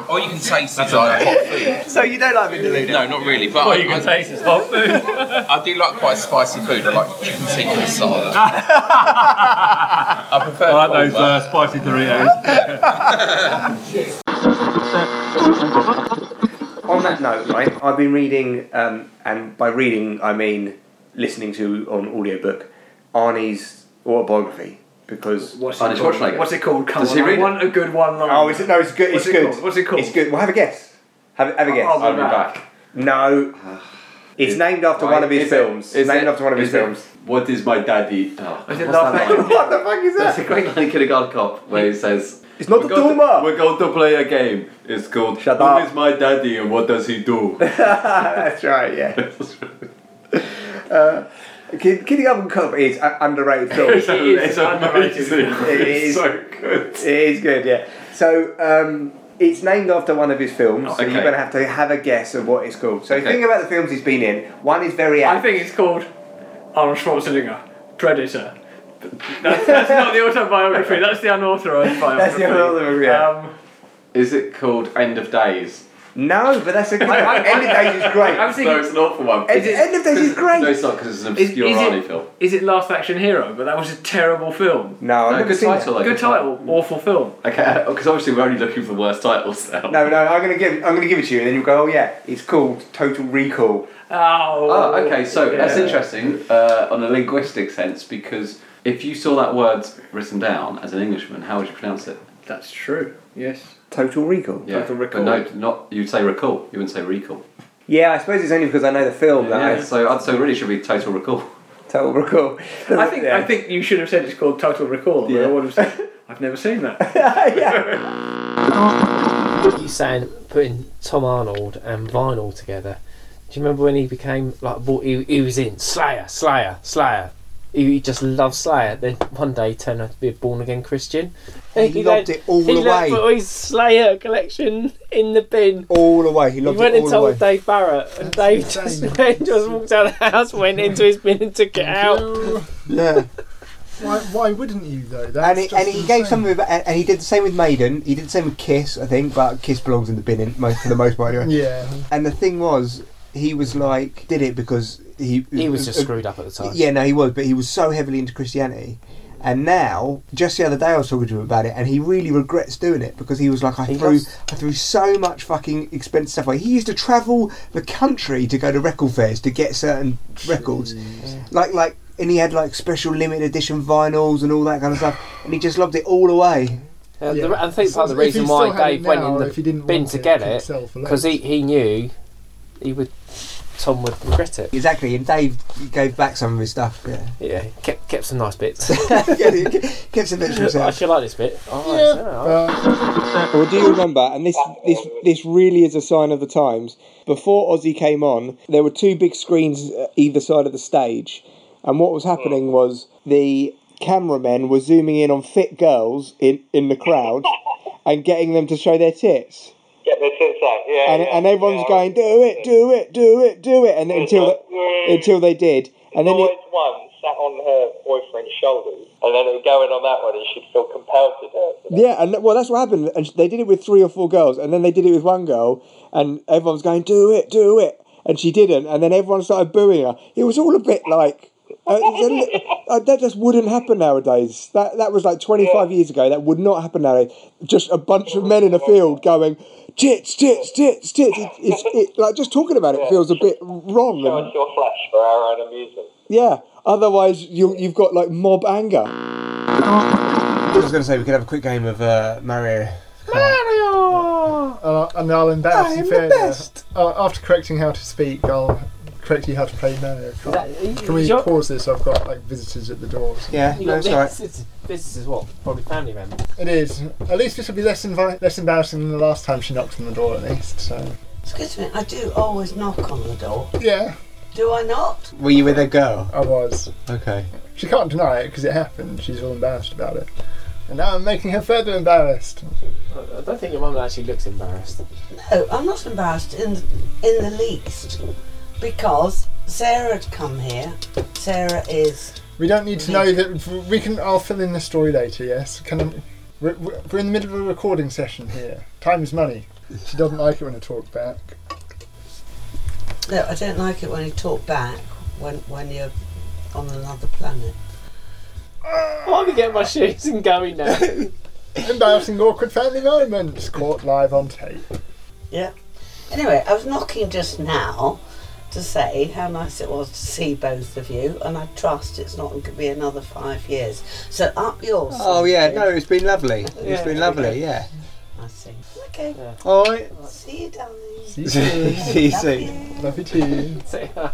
T: All you can taste is like hot
J: [LAUGHS]
T: food.
B: So you don't like vindaloo?
T: No, not really. But
J: All
T: I,
J: you can
T: I,
J: taste is hot food.
T: [LAUGHS] I do like quite spicy food. I like chicken tikka
J: [LAUGHS]
T: masala. I prefer.
J: I like those
T: korma.
J: uh, spicy
B: [LAUGHS]
J: Doritos.
B: On that note, right, I've been reading, um, and by reading I mean listening to on audiobook Arnie's autobiography because
U: What's
B: Arnie's
U: it called?
B: Schwarzenegger.
U: What's it called? Come on, I want a good one line.
B: Oh, is it? No, it's good.
U: What's
B: it's
U: it
B: good.
U: called? What's it called?
B: It's good. Well, have a guess. Have, have a guess.
U: I'll be back. [SIGHS]
B: No, it's
U: Is-
B: named after
U: Why-
B: one of his
U: is it-
B: films.
U: is
B: named
U: it-
B: after one of his
U: is it-
B: films.
U: What is my dad eat? Oh,
B: Is it
U: what's
B: Love
U: that
B: Actually?
U: line?
B: what the fuck is [LAUGHS]
U: That's a
B: that?
U: great line in Kindergarten Cop where he says,
B: "It's not
U: the Duma. We're going to play a game. It's called Shut Who is my daddy and what does he do?"
B: [LAUGHS] That's right. Yeah.
U: [LAUGHS]
B: Uh, Kid- Kindergarten Cop is an underrated film.
U: It's It's amazing.
B: It
U: It's
B: is
U: so
B: good. It is good. Yeah. So um, it's named after one of his films. So
U: Okay.
B: you're gonna have to have a guess of what it's called. So think about the films he's been in. One is very.
U: I think it's called Arnold Schwarzenegger, Predator. That's, that's not the autobiography. That's
B: [LAUGHS]
U: the unauthorized biography.
B: unauthorized, yeah.
U: Um, is it called End of Days?
B: No, but that's a
U: [LAUGHS]
B: good one. End of Days is great.
U: I was thinking,
B: No,
U: it's an awful one.
B: End- End of Days is great.
U: [LAUGHS] No, it's not because it's an
B: Is-
U: obscure
B: is it-
U: Arnie film. Is it Last Action Hero? But that was a terrible film.
B: No, I've never
U: good
B: seen
U: title.
B: that.
U: though, Good
B: Good title.
U: title. Awful film. Okay, [LAUGHS] because obviously we're only looking for worse titles now.
B: No, no, I'm gonna give I'm gonna give it to you, and then you'll go, oh yeah, it's called Total Recall.
U: Oh.
J: Oh, okay. So that's
B: Yeah.
J: interesting uh, on a linguistic sense because if you saw that word written down as an Englishman, how would you pronounce it?
U: That's true. Yes.
B: Total Recall.
J: Yeah,
B: Total
J: but no, not you'd say recall. You wouldn't say recall.
B: Yeah, I suppose it's only because I know the film that
J: Yeah.
B: I
J: So I'd so really should be total recall.
B: Total Recall.
U: I think I think you should have said it's called Total Recall. Yeah. I would have said I've never seen that.
P: you saying putting Tom Arnold and Vinyl together. Do you remember when he became like what he, he was in Slayer, Slayer, Slayer? He, he just loved Slayer. Then one day he turned out to be a born again Christian.
B: [LAUGHS] He loved it all
P: he
B: the
P: loved-
B: way.
P: put his Slayer collection in the bin.
B: All the way. He loved
P: he went and
B: it all
P: told
B: the way.
P: Dave Barrett, and Dave [LAUGHS] just, went, just walked out of the house, went into his bin, and took it out.
B: Yeah.
M: Why, why wouldn't you though?
B: And
M: That's
B: he,
M: just
B: and he
M: insane.
B: gave some of it, and he did the same with Maiden. He did the same with Kiss, I think, but Kiss belongs in the bin in, most, for the most part anyway.
M: Yeah.
B: And the thing was, he was like, did it because he
P: He was just screwed up at the time.
B: Yeah, no, he was, but he was so heavily into Christianity. And now, just the other day, I was talking to him about it, and he really regrets doing it because he was like, I threw, I threw so much fucking expensive stuff away. He used to travel the country to go to record fairs to get certain records, like like, and he had like special limited edition vinyls and all that kind of stuff, and he just lobbed it all away.
P: Uh, the, I think part of the reason why Dave went in the bin to get it because he, he knew he would Tom would regret it.
B: Exactly, and Dave gave back some of his stuff. Yeah,
P: yeah, kept kept some nice bits.
B: kept some bits
P: [LAUGHS]
B: for
P: I
B: himself.
P: should like this bit. Oh,
B: Yeah.
P: it's alright.
D: Uh, Well, do you remember? And this, this, this really is a sign of the times. Before Ozzy came on, there were two big screens uh, either side of the stage, and what was happening was the cameramen were zooming in on fit girls in, in the crowd and getting them to show their tits.
F: Get their tits out. Yeah.
D: and,
F: yeah,
D: and everyone's
F: yeah.
D: going, do it, do it, do it, do it, and until
F: Yeah.
D: until they did, and then you,
F: always one sat on her boyfriend's shoulders, and then it would go in on that one, and she'd feel compelled to do it.
D: Yeah, and well, that's what happened. And they did it with three or four girls, and then they did it with one girl, and everyone's going, "Do it, do it," and she didn't, and then everyone started booing her. It was all a bit like uh, it's a li- uh, that just wouldn't happen nowadays. That that was like twenty five years ago. That would not happen nowadays. Just a bunch of men in a field going, "Tits, tits, tits, tits." It, it's it, like just talking about it feels a bit wrong.
F: Show
D: and-
F: us your flesh for our own amusement.
D: yeah, otherwise you you've got like mob anger.
B: I was going to say we could have a quick game of uh, Mario.
M: Mario! And, I, Uh, and I'll embarrass you further. Uh, after correcting how to speak, I'll correct you how to play Mario Kart. Can we
P: is your-
M: pause this? I've got like visitors at the doors.
P: You got this, is- this is what probably family members.
M: It is. At least this will be less invi- less embarrassing than the last time she knocked on the door. At least so.
W: Excuse me, I do always knock on the door.
M: Yeah.
W: Do I not?
B: Were you with a girl?
M: I was.
B: Okay.
M: She can't deny it because it happened. She's all embarrassed about it. And now I'm making her further embarrassed.
P: I I don't think your mum actually looks embarrassed.
W: No, I'm not embarrassed in in the least because Sarah had come here. Sarah is.
M: We don't need to know that. We can. I'll fill in the story later. Yes. Can I, we're, we're we're in the middle of a recording session here. Time is money. She doesn't like it when I talk back.
W: No, I don't like it when you talk back when when you're on another planet.
P: I'm gonna get my shoes and going now.
M: Embarrassing, awkward family moments caught live on tape.
W: Yeah. Anyway, I was knocking just now to say how nice it was to see both of you, and I trust it's not going to be another five years. So up yours.
B: Oh yeah, no, it's been lovely.
W: Yeah.
B: It's been lovely. Yeah.
W: I see. Okay.
B: All right.
W: See you, darling.
B: See you
W: [LAUGHS]
B: soon. [LAUGHS] See you soon.
M: Love you too.
B: So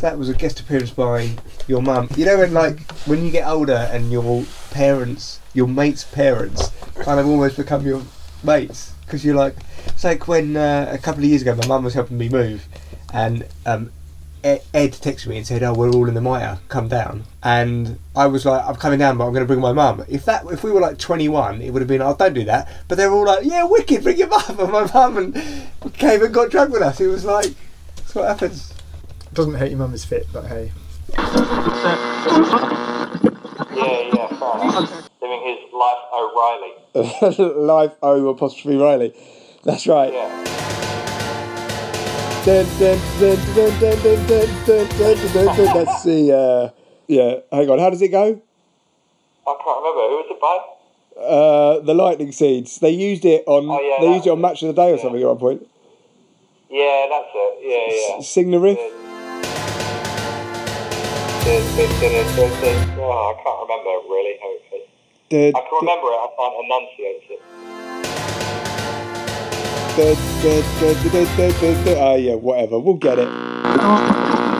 B: that was a guest appearance by your mum. You know when like when you get older and your parents, your mates' parents, kind of almost become your mates because you're like, it's like when uh, a couple of years ago my mum was helping me move, and um, E- Ed texted me and said, "Oh, we're all in the mitre. Come down." And I was like, "I'm coming down, but I'm going to bring my mum." If that, if we were like 21, it would have been, "Oh, don't do that." But they were all like, "Yeah, wicked, bring your mum." [LAUGHS] And my mum and came and got drunk with us. It was like, that's what happens.
M: Doesn't hurt your mum is fit, but
D: [LAUGHS]
M: hey.
F: Yeah, yeah, fair enough. [LAUGHS] Living his life O'Reilly.
D: Live O oh, apostrophe Riley. That's right. Dun, dun, dun, dun, dun, dun, dun, dun, dun, dun, dun, dun. That's the uh, yeah. Hang on, how does it go?
F: I can't remember who was it by.
D: Uh, the lightning seeds. They used it on. they used it on match of the day or something at one point.
F: Yeah, that's it. Yeah, yeah.
D: S- Sing the riff.
F: Oh, I can't remember really how it is.
D: Dun,
F: I can remember it. I can't enunciate it.
D: dun, dun, dun, dun, dun, dun, dun. Ah, yeah, whatever. We'll get it.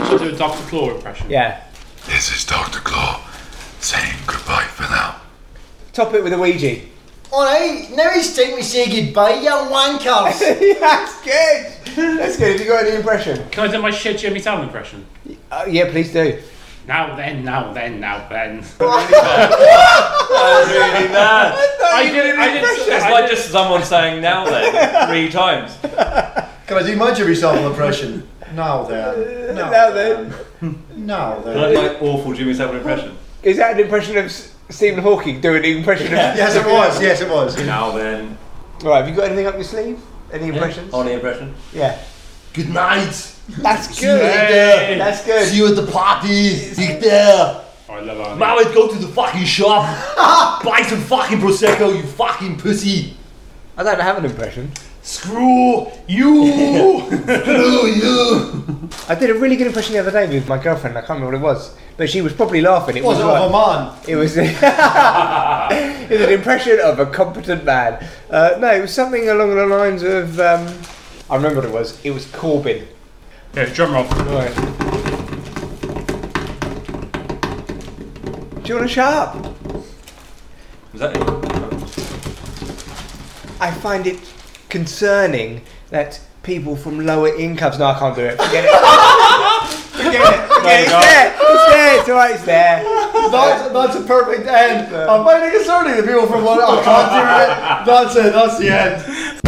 J: Should I do a Dr. Claw impression?
B: Yeah.
X: This is Dr. Claw saying goodbye for now.
B: Top it with a Ouija.
T: Alright, now it's time to say goodbye, you [LAUGHS] wankers!
B: That's good! That's good. Have you got any impression?
J: Can I do my shit Jimmy Savile impression?
B: Uh, yeah, please do.
J: Now then, now then,
B: [LAUGHS]
J: now then.
I: That's
J: [LAUGHS]
I: really bad.
J: I did I did
I: It's like just someone saying now then three times.
Y: Can I do my Jimmy Savile impression?
T: Uh,
Y: Now then. Now, then. Now
I: Like
Y: then.
I: my awful Jimmy Savile impression.
B: Is that an impression of S- Stephen Hawking doing the impression of?
T: Yes, it was. Yes, it was.
B: Now then. Right. Have you got anything up your sleeve? Any impressions?
Z: Only impression.
B: Yeah.
T: Good night.
B: That's
T: See you
B: good.
T: later.
B: That's good.
T: See you at the party. See you there.
M: I love Arnie.
T: Now let's go to the fucking shop.
B: [LAUGHS]
T: Buy some fucking prosecco, you fucking pussy.
B: I don't have
T: [LAUGHS]
B: an impression.
T: Screw you.
A: [LAUGHS]
T: Screw you.
B: I did a really good impression the other day with my girlfriend. I can't remember what it was, but she was probably laughing. It
T: Was
B: was
T: it
B: like-
T: of a man?
B: It was. [LAUGHS] it was an impression of a competent man. Uh, no, it was something along the lines of. Um, I remember what it was. It was Corbyn.
M: Yeah, drum roll.
B: Right. Do you want to shut up?
Z: Is that it?
B: I find it concerning that people from lower incomes. No, I can't do it. Forget it. Okay, it's there. It's there. It's alright. It's there.
T: That's, that's a perfect end. I'm finding it concerning the people from what I can't do it. That's it. That's the end.